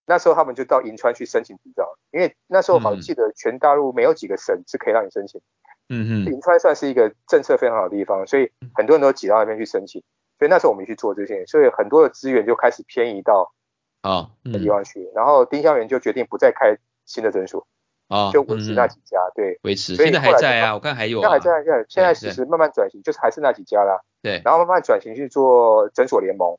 那时候他们就到银川去申请执照，因为那时候好嗯像记得全大陆没有几个省是可以让你申请。嗯嗯，银川算是一个政策非常好的地方，所以很多人都挤到那边去申请。所以那时候我们去做这些，所以很多的资源就开始偏移到好，嗯那地，方去。然后丁香园就决定不再开新的诊所，哦，就维持嗯那嗯，几家。对，维持，所以现在后还来在就啊，我看还有那啊还，在现在现在对其实慢慢转型，就是还是那几家啦。对，然后慢慢转型去做诊所联盟，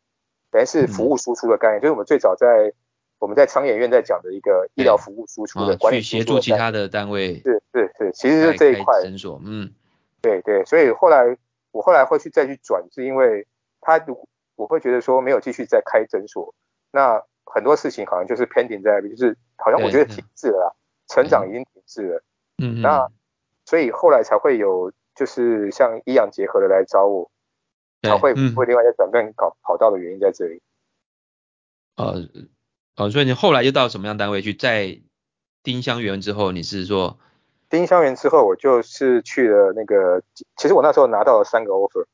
等于是嗯服务输出的概念，就是我们最早在我们在商研院在讲的一个医疗服务输出的啊，管理去输协出助的其概念他的单位是是是，其实来是这开一块，诊所，嗯，对对，所以后来我后来会去再去转，是因为他如我会觉得说没有继续再开诊所，那很多事情好像就是 pending 在那边，就是好像我对觉嗯得停滞了啦，啊成长已经停滞了，嗯嗯，那所以后来才会有就是像医养结合的来找我，才对会嗯会另外再转变搞跑道的原因在这里。呃，哦，所以你后来又到什么样单位去？在丁香园之后，你是说，丁香园之后，我就是去了那个，其实我那时候拿到了三个 offer，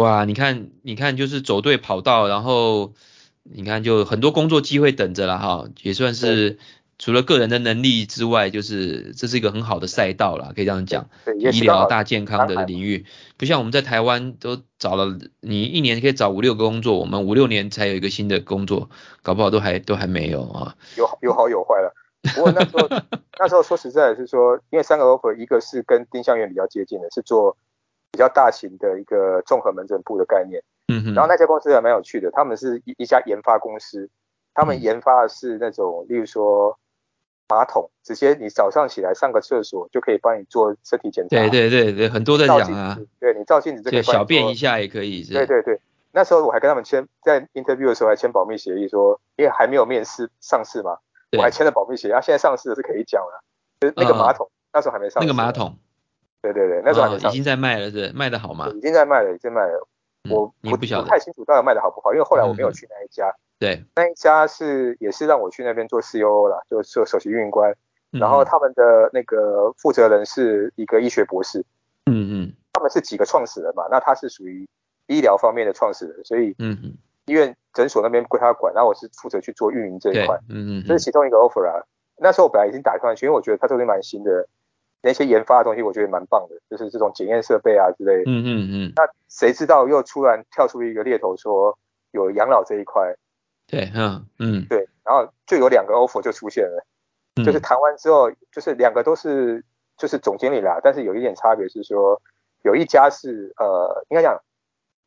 哇，你看，你看，就是走对跑道，然后你看就很多工作机会等着了哈，也算是除了个人的能力之外，就是这是一个很好的赛道啦，可以这样讲。对，也医是刚疗好大健康的安排领域，不像我们在台湾都找了，你一年可以找五六个工作，我们五六年才有一个新的工作，搞不好都还都还没有啊。有有好有坏了。不过那时 候那时候说实在的是说，因为三个 offer，一个是跟丁香园比较接近的，是做比较大型的一个综合门诊部的概念。嗯哼，然后那家公司还蛮有趣的，他们是一一家研发公司，他嗯们研发的是那种，例如说马桶，直接你早上起来上个厕所就可以帮你做身体检查。对对对对，很多在照讲镜啊子，，对你照镜子就可以对，帮你小便做一下也可以是。对对对，那时候我还跟他们签在 interview 的时候还签保密协议说，因为还没有面试上市嘛，对嗯我还签了保密协议。啊，现在上市的是可以讲了，就是那个马桶、那时候还没上那市，个马，桶对对对，啊那时候还没上已市，经在卖了，是卖的好吗？已经在卖了，已经卖了。嗯我你不不晓不得嗯太清楚到底卖的好不好，因为后来我没有去那一家，对，那一家是也是让我去那边做 COO 啦，就做首席运营官，嗯然后他们的那个负责人是一个医学博士，嗯嗯他们是几个创始人嘛，那他是属于医疗方面的创始人，所以嗯嗯，医院诊所那边归他管，然后我是负责去做运营这一对块，，嗯嗯这嗯是其中一个 offer 啊。那时候我本来已经打算去，因为我觉得它这东西蛮新的，那些研发的东西我觉得蛮棒的，就是这种检验设备啊之类的。嗯嗯嗯，那谁知道又突然跳出一个猎头说有养老这一块，对，嗯嗯，对，然后就有两个 offer 就出现了，嗯就是谈完之后，就是两个都是就是总经理啦，但是有一点差别是说，有一家是呃，应该讲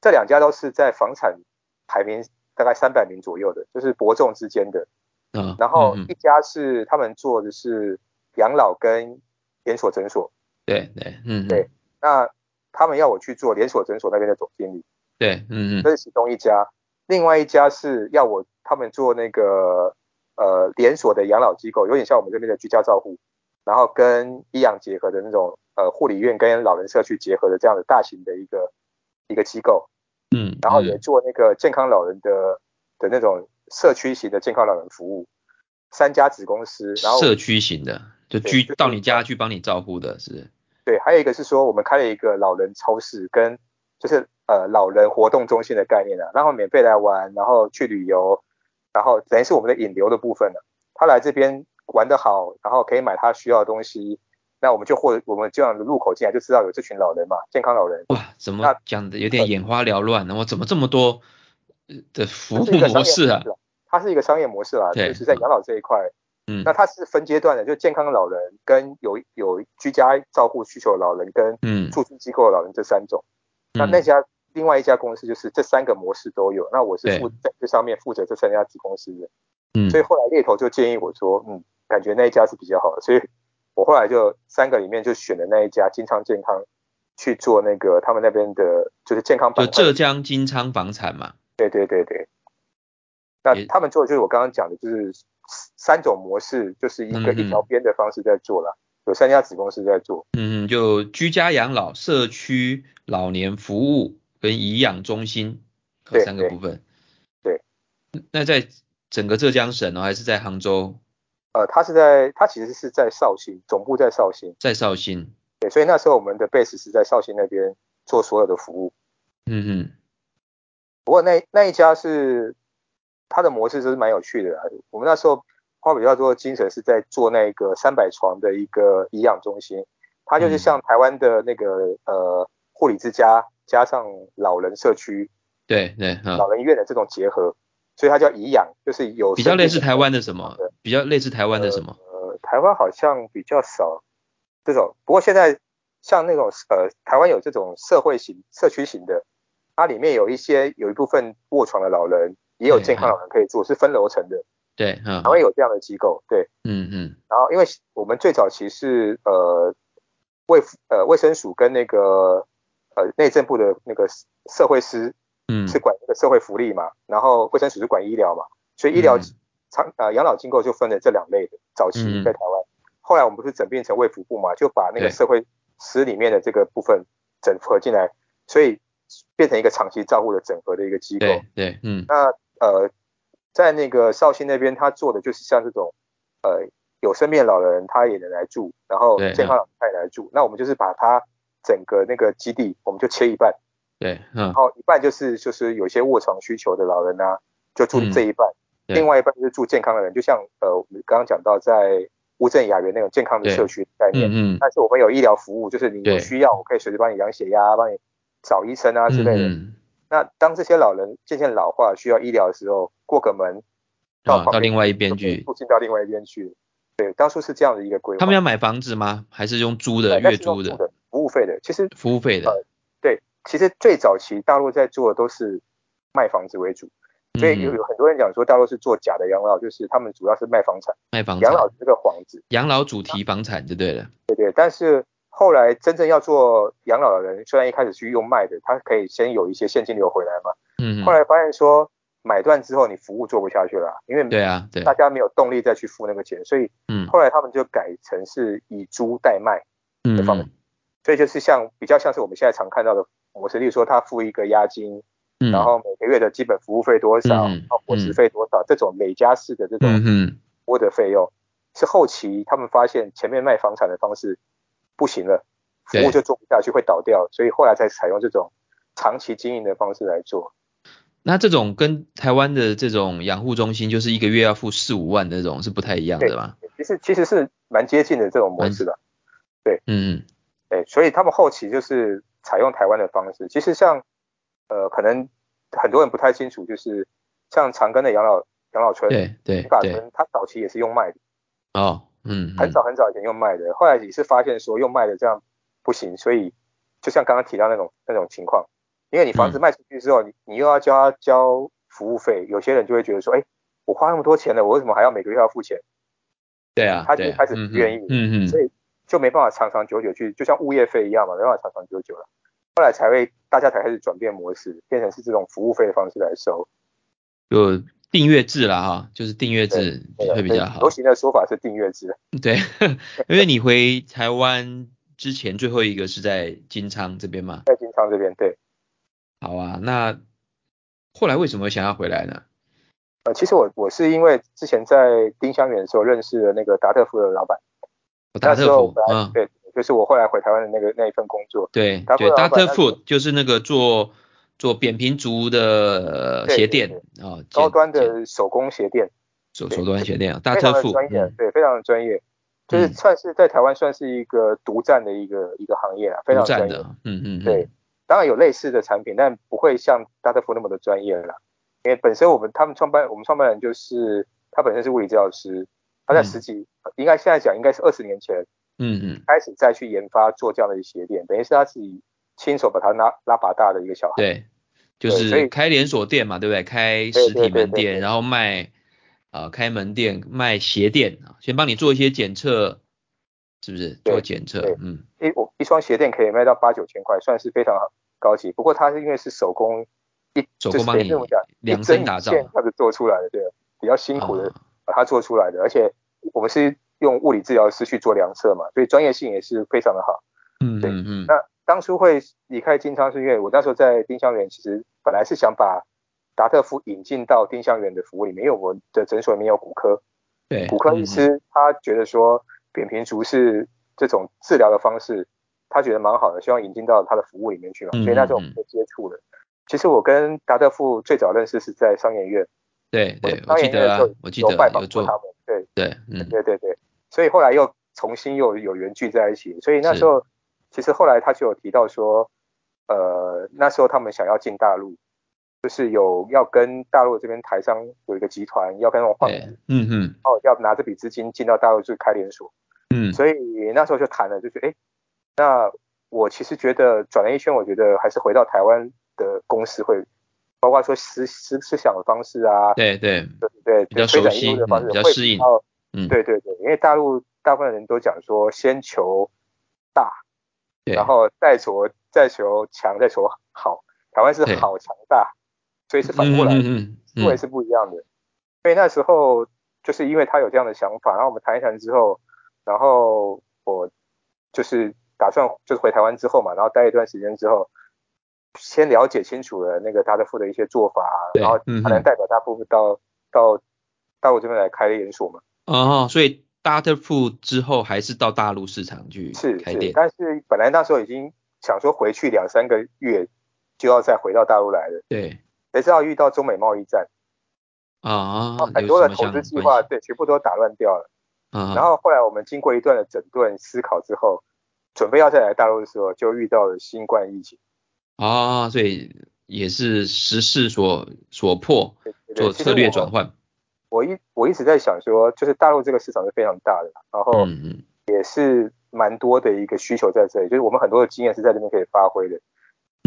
这两家都是在房产排名大概三百名左右的，就是伯仲之间的。啊，然后嗯嗯一家是他们做的是养老跟连锁诊所，对对，嗯嗯对那他们要我去做连锁诊所那边的总经理，对，嗯这嗯是其中一家。另外一家是要我他们做那个呃连锁的养老机构，有点像我们这边的居家照护，然后跟医养结合的那种呃护理院跟老人社区结合的这样的大型的一个一个机构，嗯，然后嗯也做那个健康老人的的那种社区型的健康老人服务。三家子公司，然后社区型的，就对居就是到你家去帮你照顾的是，对，还有一个是说，我们开了一个老人超市跟就是呃老人活动中心的概念啊，让他们免费来玩，然后去旅游，然后等于是我们的引流的部分了、他来这边玩得好，然后可以买他需要的东西，那我们就获我们这样的入口进来就知道有这群老人嘛，健康老人。哇，怎么讲的有呃点眼花缭乱呢？我怎么这么多呃的服务模式啊？它是一个商业模式啦、对就是在养老这一块，嗯那它是分阶段的，就健康老人跟有有居家照护需求的老人跟嗯，住宿机构的老人这三种。那那嗯家另外一家公司就是这三个模式都有，那我是负在这上面负责这三家子公司的，嗯所以后来猎头就建议我说，嗯，感觉那一家是比较好的，所以我后来就三个里面就选了那一家金昌健康去做那个他们那边的，就是健康就板块浙江金昌房产嘛，对对对对。那也他们做的就是我刚刚讲的，就是三种模式，就是一个嗯嗯一条边的方式在做啦，有三家子公司在做。嗯，就居家养老、社区老年服务跟颐养中心呃对三个对部分。对嗯。那在整个浙江省哦，还是在杭州，呃，他是在，他其实是在绍兴，总部在绍兴，在绍兴？对，所以那时候我们的 base 是在绍兴那边做所有的服务。嗯哼，不过那那一家是它的模式就是蛮有趣的啦。啊我们那时候花比较多的精神是在做那个三百床的一个颐养中心，它嗯就是像台湾的那个呃护理之家加上老人社区、对对啊老，人医院的这种结合，所以它叫颐养，就是有比较生病类似的台湾的什么对？比较类似台湾的什么？呃，台湾好像比较少这种，不过现在像那种呃，台湾有这种社会型、社区型的，它里面有一些有一部分卧床的老人，也有对健康老人可以住，是分楼层的，对啊台，湾有这样的机构，对。嗯嗯然后因为我们最早期是呃卫呃卫生署跟那个呃内政部的那个社会司嗯是管那个社会福利嘛，然后卫生署是管医疗嘛，所以医疗嗯长呃养老机构就分了这两类的。早期嗯在台湾，后来我们不是整并成卫福部嘛，就把那对个社会司里面的这个部分整合进来，所以变成一个长期照护的整合的一个机构。对对嗯那呃，在那个绍兴那边，他做的就是像这种呃有生病的老人他也能来住，然后对健康老人他也来住。那我们就是把他整个那个基地，我们就切一半。对啊然，后一半就是就是有一些卧床需求的老人啊，就住这一半，嗯对另外一半就是住健康的人，就像呃我们刚刚讲到在乌镇雅园那种健康的社区概念，嗯嗯但是我们有医疗服务，就是你对有需要，我可以随时帮你量血压，帮你找医生啊之类的。嗯那当这些老人渐渐老化需要医疗的时候，过个门嗯到啊，旁到边另外一边就可以去。附近到另外一边去。对，当初是这样的一个规划。他们要买房子吗？还是用租的、对但月是用租的、的呃服务费的，其实服务费的？对，其实最早期大陆在做的都是卖房子为主。所以有嗯有很多人讲说，大陆是做假的养老，就是他们主要是卖房产，卖房养产。老啊是个幌子，养老主题房产就对了。对对。但是后来真正要做养老的人，虽然一开始去用卖的，他可以先有一些现金流回来嘛，嗯，后来发现说买断之后，你服务做不下去了啊，因为对啊，对，大家没有动力再去付那个钱，所以嗯后来他们就改成是以租代卖，嗯的方嗯所以就是像比较像是我们现在常看到的模式，例如说他付一个押金，嗯，然后每个月的基本服务费多少，嗯然后伙食嗯费多少，这种累加式的这种。嗯哼，多的费用，是后期他们发现前面卖房产的方式不行了，服对务就做不下去，会倒掉，所以后来才采用这种长期经营的方式来做。那这种跟台湾的这种养护中心，就是一个月要付四五万的这种是不太一样的吧？其实其实是蛮接近的这种模式的，嗯对，所以他们后期就是采用台湾的方式。其实像呃，可能很多人不太清楚，就是像长庚的养老养老村、对对北法对，村，它早期也是用卖的。哦，嗯，很早很早以前用卖的，后来也是发现说用卖的这样不行，所以就像刚刚提到那种那种情况，因为你房子嗯卖出去之后，你你又要交他交服务费，有些人就会觉得说，哎，我花那么多钱了，我为什么还要每个月要付钱？对啊，他就对开始不愿意嗯所嗯，以就没办法长长久久去，就像物业费一样嘛，没办法长长久久了。后来才会大家才开始转变模式，变成是这种服务费的方式来收。就订阅制啦哈，就是订阅制对的会比所以较好流。行的说法是订阅制，对， 因为你回台湾之前最后一个是在金昌这边嘛。在金昌这边对。好啊，那后来为什么想要回来呢？呃，其实我我是因为之前在丁香园的时候认识了那个达特夫的老板。我那达时特候我福本，来嗯，对，就是我后来回台湾的那个那一份工作，对达对芙老板，Dr. 那 Food 就是那个做做扁平足的呃对鞋对垫哦，高简端简的手工鞋店，手对手端鞋垫非，Dr. 常的 Food，专业嗯，对，非常的专业。就是算是在台湾算是一个独占的一个一个行业啊，非独常专占业的。，嗯嗯，嗯对，，当然有类似的产品，但不会像大特福那么的专业了。因为本身我们他们创办，我们创办人就是他本身是物理治疗师，他在嗯十几，应该现在讲应该是二十年前嗯嗯，开始再去研发做这样的一个鞋垫，等于是他自己亲手把它拉拉拔大的一个小孩。对，就对所是以开连锁店嘛，对不对？开对实对体对门对店，对然后卖呃开门店卖鞋垫，啊先帮你做一些检测，是不是？对做检测对，嗯一我一双鞋垫可以卖到八九千块，算是非常高级。不过它是因为是手工一，手工帮你就是可以这么讲量一针身打造一线这样子做出来的，对，比较辛苦的啊把它做出来的，而且我们是用物理治疗师去做量测嘛，所以专业性也是非常的好。嗯对嗯嗯，那当初会离开金昌是因为我那时候在丁香园，其实本来是想把达特夫引进到丁香园的服务里面，因为我们的诊所里面有骨科，对，骨科嗯医，师他觉得说扁平足是这种治疗的方式，他觉得蛮好的，希望引进到他的服务里面去嘛，嗯所以那时候我们就接触了。其实我跟达特富最早认识是在商研院，嗯对我对，我商记研院得的啊时候，我记有得拜有访过他做，们，对对，嗯对对对，所以后来又重新又有缘聚在一起，所以那时候其实后来他就有提到说，呃，那时候他们想要进大陆，就是有要跟大陆这边台商有一个集团要跟我换，对，嗯嗯哦，要拿这笔资金进到大陆去开连锁。嗯，所以那时候就谈了，就是哎，诶那我其实觉得转了一圈，我觉得还是回到台湾的公司会，包括说思思思想的方式啊，对对，对对比较对，推熟展悉业务的方式嗯比较会适应较嗯对对对，因为大陆大部分人都讲说先求大，对然后再求再求强，再求好，台湾是对好强大，所以是反嗯过来的嗯嗯思维嗯是不一样的。所以那时候就是因为他有这样的想法，然后我们谈一谈之后，然后我就是打算就是回台湾之后嘛，然后待一段时间之后，先了解清楚了那个他的父的一些做法，啊对然后嗯哼才能代表大部分到到到我这边来开连锁嘛。嗯，哦，所以 Data Pro 之后还是到大陆市场去是嗯开是，店，但是本来那时候已经想说回去两三个月就要再回到大陆来了，对，谁知道遇到中美贸易战，啊，很有多什的么投相资计关划系对全部都打乱掉了。啊，然后后来我们经过一段的整顿思考之后，准备要再来大陆的时候，就遇到了新冠疫情，啊，所以也是时势所所迫，对对对做其实策略转我换。我一我一直在想说，就是大陆这个市场是非常大的，然后嗯嗯，也是蛮多的一个需求在这里，就是我们很多的经验是在这边可以发挥的。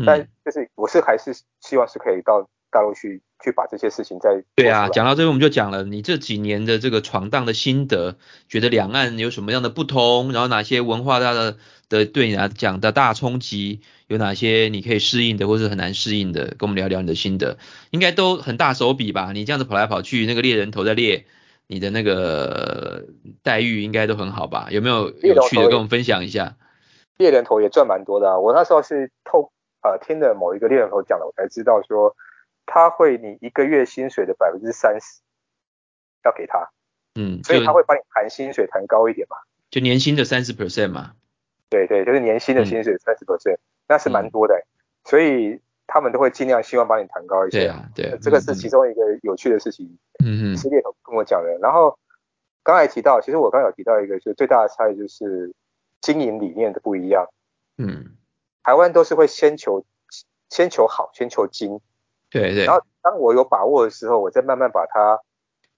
但嗯就是我是还是希望是可以到大陆去去把这些事情再对啊，做出来讲到这边我们就讲了，你这几年的这个闯荡的心得，觉得两岸有什么样的不同，然后哪些文化大的的对你来讲的大冲击，有哪些你可以适应的，或是很难适应的，跟我们聊聊你的心得，应该都很大手笔吧？你这样子跑来跑去，那个猎人头在猎，你的那个待遇应该都很好吧？有没有猎有人趣的头跟也我们分享一下？猎人头也赚蛮多的啊。我那时候是透呃听了某一个猎人头讲的，我才知道说他会你一个月薪水的百分之三十要给他，嗯，所就以他会帮你谈薪水谈高一点嘛。就年薪的三十 percent 嘛，对对，就是年薪的嗯薪水三十 percent，那是蛮多的欸、所以他们都会尽量希望帮你谈高一些。对啊，对啊，这个是其中一个有趣的事情，嗯，嗯是嗯，猎头跟我讲的。然后刚才提到，其实我刚才有提到一个，就是最大的差异就是经营理念的不一样。嗯，台湾都是会先求先求好，先求精，对对然，后当我有把握的时候，我再慢慢把它，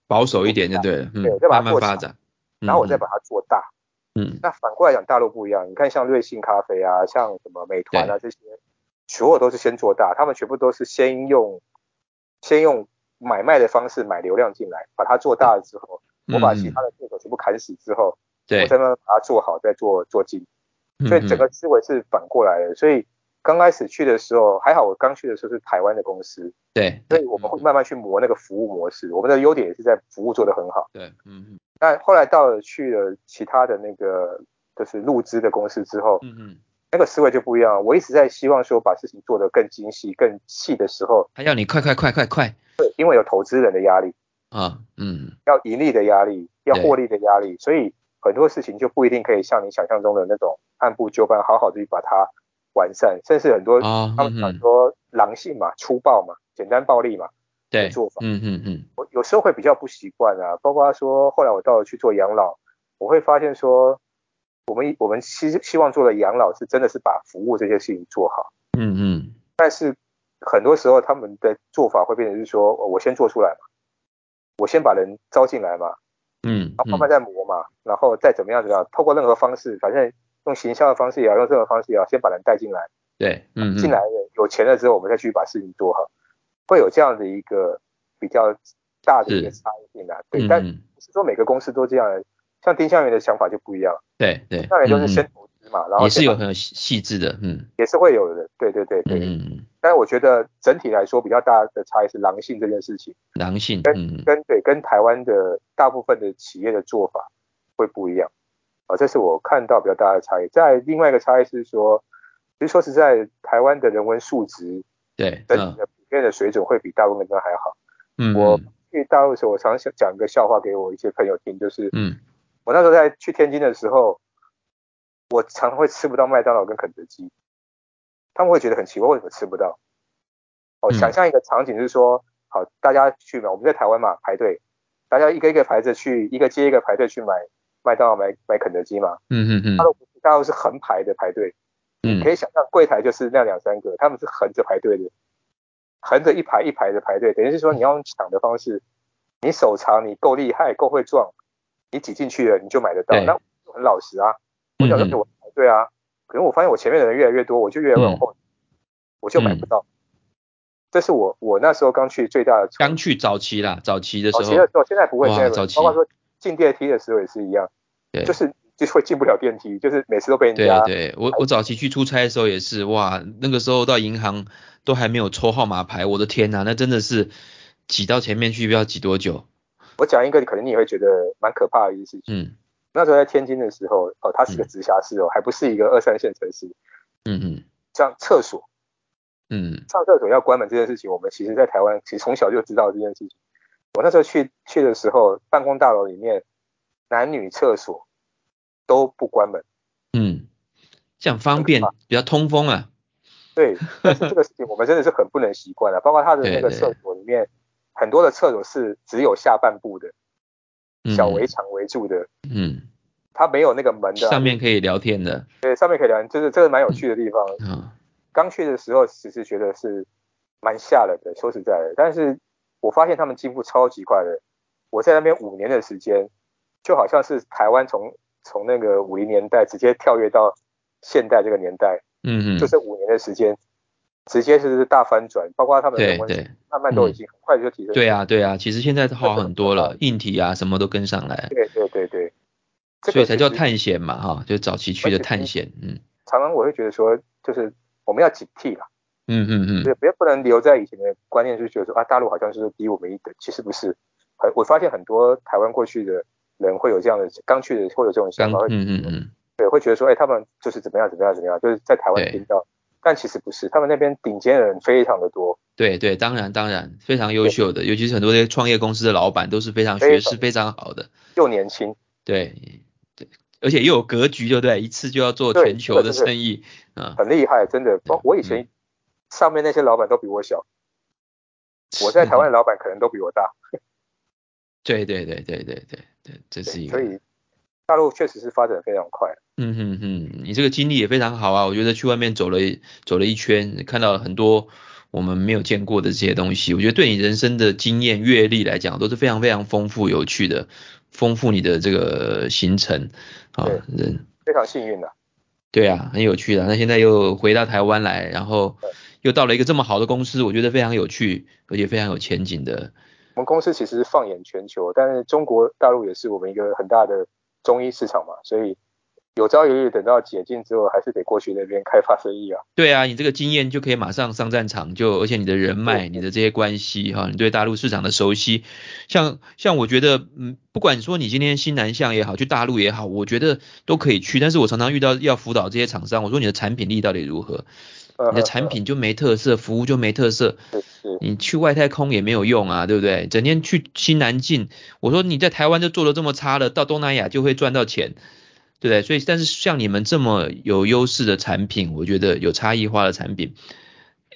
保守一点就对了，嗯对我再，把慢它慢做发起展，然后我再嗯把它做大。嗯那反过来讲，大陆不一样，你看像瑞幸咖啡啊，像什么美团啊这些，所有都是先做大，他们全部都是先用先用买卖的方式买流量进来，把它做大了之后，嗯我把其他的对手全部砍死之后，对我，再慢慢把它做好，再做做精。所以整嗯个思维是反过来的。所以刚开始去的时候，还好我刚去的时候是台湾的公司，嗯对，所以我们会慢慢去磨那个服务模式。我们的优点也是在服务做得很好。对，嗯但后来到了去了其他的那个就是入资的公司之后，嗯嗯，那个思维就不一样了。我一直在希望说把事情做得更精细、更细的时候，他要你快快快快快对，因为有投资人的压力，啊，嗯，要盈利的压力，要对获利的压力，所以很多事情就不一定可以像你想象中的那种按部就班，好好的去把它完善，甚至很多哦，他们嗯讲嗯，说狼性嘛、粗暴嘛、简单暴力嘛，对的做，法嗯嗯嗯，我有时候会比较不习惯啊。包括说后来我到了去做养老，我会发现说，我们我们希希望做的养老是真的是把服务这些事情做好，嗯嗯，但是很多时候他们的做法会变成是说，哦我先做出来嘛，我先把人招进来嘛，嗯然后慢慢再磨嘛，然后再怎么样怎么样，透过任何方式，反正用行销的方式也好，用任何方式也好，先把人带进来，对，嗯进来了有钱了之后，我们再去把事情做好，会有这样的一个比较大的一个是差异性啊。对，嗯但嗯，不是说每个公司都这样的，像丁香园的想法就不一样，对对，丁香园就是嗯嗯先投资嘛，然后也是先有把很有细细致的，嗯也是会有的，对对对对。嗯嗯，嗯但是我觉得整体来说比较大的差异是狼性这件事情，狼性，跟嗯跟对跟台湾的大部分的企业的做法会不一样啊，这是我看到比较大的差异。在另外一个差异是说，其实说实在，台湾的人文素质对，整嗯体的普遍的水准会比大陆那边还好。嗯我去大陆的时候，我常想讲一个笑话给我一些朋友听，就是嗯我那时候在去天津的时候，我常会吃不到麦当劳跟肯德基，他们会觉得很奇怪，为什么吃不到？哦，嗯想象一个场景就是说，好，大家去买，我们在台湾嘛排队，大家一个一个排着去，一个接一个排队去买麦当劳、买买肯德基嘛，嗯嗯大陆大陆是横排的排队，嗯可以想象柜台就是那两三个，他们是横着排队的，横着一排一排的排队，等于是嗯说你要用抢的方式，你手长，你够厉害，够会撞，你挤进去了你就买得到对。那我就很老实啊，我想嗯说我排队啊，可是我发现我前面的人越来越多，我就越来越往嗯后，我就买不到。这是我我那时候刚去最大的冲哦刚去早期啦，早期的时早候，期的时候，现在不会，哇现在不早会期包括说进电梯的时候也是一样对，就是 就是会进不了电梯，就是每次都被人对啊家对，我我早期去出差的时候也是，哇，那个时候到银行都还没有抽号码牌，我的天呐，那真的是挤到前面去，不知道挤多久。我讲一个，可能你也会觉得蛮可怕的一件事情。嗯那时候在天津的时候，哦，它是个直辖市哦，还不是一个二三线城市。嗯嗯像厕所，嗯上厕所要关门这件事情，我们其实在台湾其实从小就知道这件事情。我那时候去去的时候，办公大楼里面男女厕所都不关门。嗯，这样方便，比较通风啊。 对，但是这个事情我们真的是很不能习惯了。包括它的那个对对厕所里面，很多的厕所是只有下半部的嗯小围墙围住的，嗯，它没有那个门的啊。上面可以聊天的对，上面可以聊，就是这个蛮有趣的地方。啊，刚去的时候，其实觉得是蛮吓人的，说实在的。但是我发现他们进步超级快的。我在那边五年的时间，就好像是台湾从从那个五零年代直接跳跃到现代这个年代，嗯就嗯，这五年的时间，直接是大翻转，包括他们的对人文对慢慢都已经很快就提升。对啊对啊，其实现在好很多了，硬体啊什么都跟上来，对对对对，这个所以才叫其实探险嘛哈，就早期去的探险，嗯常常我会觉得说，就是我们要警惕啦。嗯嗯对，嗯，不要不能留在以前的观念，就觉得说啊，大陆好像是低我们一等，其实不是。很我发现很多台湾过去的人会有这样的，刚去的会有这种想刚法，会嗯嗯嗯，对，会觉得说，哎，他们就是怎么样怎么样怎么样，就是在台湾对听到，但其实不是，他们那边顶尖的人非常的多，对对，当然当然，非常优秀的，尤其是很多些创业公司的老板都是非常学识非常好的，又年轻，对对，而且又有格局，对不对？一次就要做全球的生意啊，很厉害，真的。包我以嗯前上面那些老板都比 我小，我在台湾的老板可能都比我大，对对对对对对对，这是一对个所，以大陆确实是发展得非常快。嗯哼哼，你这个经历也非常好啊，我觉得去外面走了走了一圈，看到了很多我们没有见过的这些东西，我觉得对你人生的经验阅历来讲都是非常非常丰富有趣的，丰富你的这个行程啊，人非常幸运的、对啊，很有趣的。那现在又回到台湾来，然后对又到了一个这么好的公司，我觉得非常有趣，而且非常有前景的。我们公司其实是放眼全球，但是中国大陆也是我们一个很大的中医市场嘛，所以有朝一日等到解禁之后，还是得过去那边开发生意啊。对啊，你这个经验就可以马上上战场，就而且你的人脉、对你的这些关系哈，你对大陆市场的熟悉，像像我觉得，嗯，不管说你今天新南向也好，去大陆也好，我觉得都可以去。但是我常常遇到要辅导这些厂商，我说你的产品力到底如何？呃你的产品就没特色，服务就没特色，是是，你去外太空也没有用啊，对不对？整天去新南进，我说你在台湾就做的这么差了，到东南亚就会赚到钱，对不对？所以，但是像你们这么有优势的产品，我觉得有差异化的产品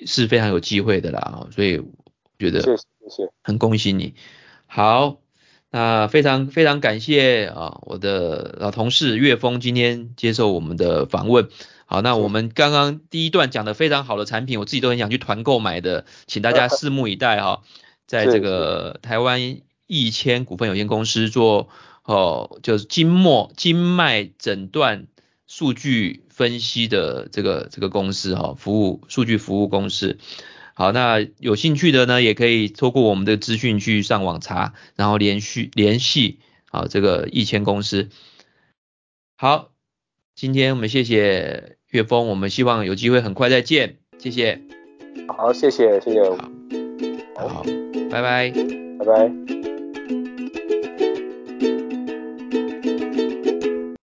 是非常哦有机会的啦，所以我觉谢得谢谢谢，很恭喜你。好，那非常非常感谢啊，我的老同事岳峰今天接受我们的访问。好，那我们刚刚第一段讲的非常好的产品，我自己都很想去团购买的，请大家拭目以待哈。在这个台湾易千股份有限公司做哦，就是经脉经脉诊断数据分析的这个这个公司哈、哦，服务数据服务公司。好，那有兴趣的呢，也可以透过我们的资讯去上网查，然后连续联系啊这个易千公司。好，今天我们谢谢岳峰，我们希望有机会很快再见，谢谢。好，谢谢，谢谢，好，拜拜，拜拜。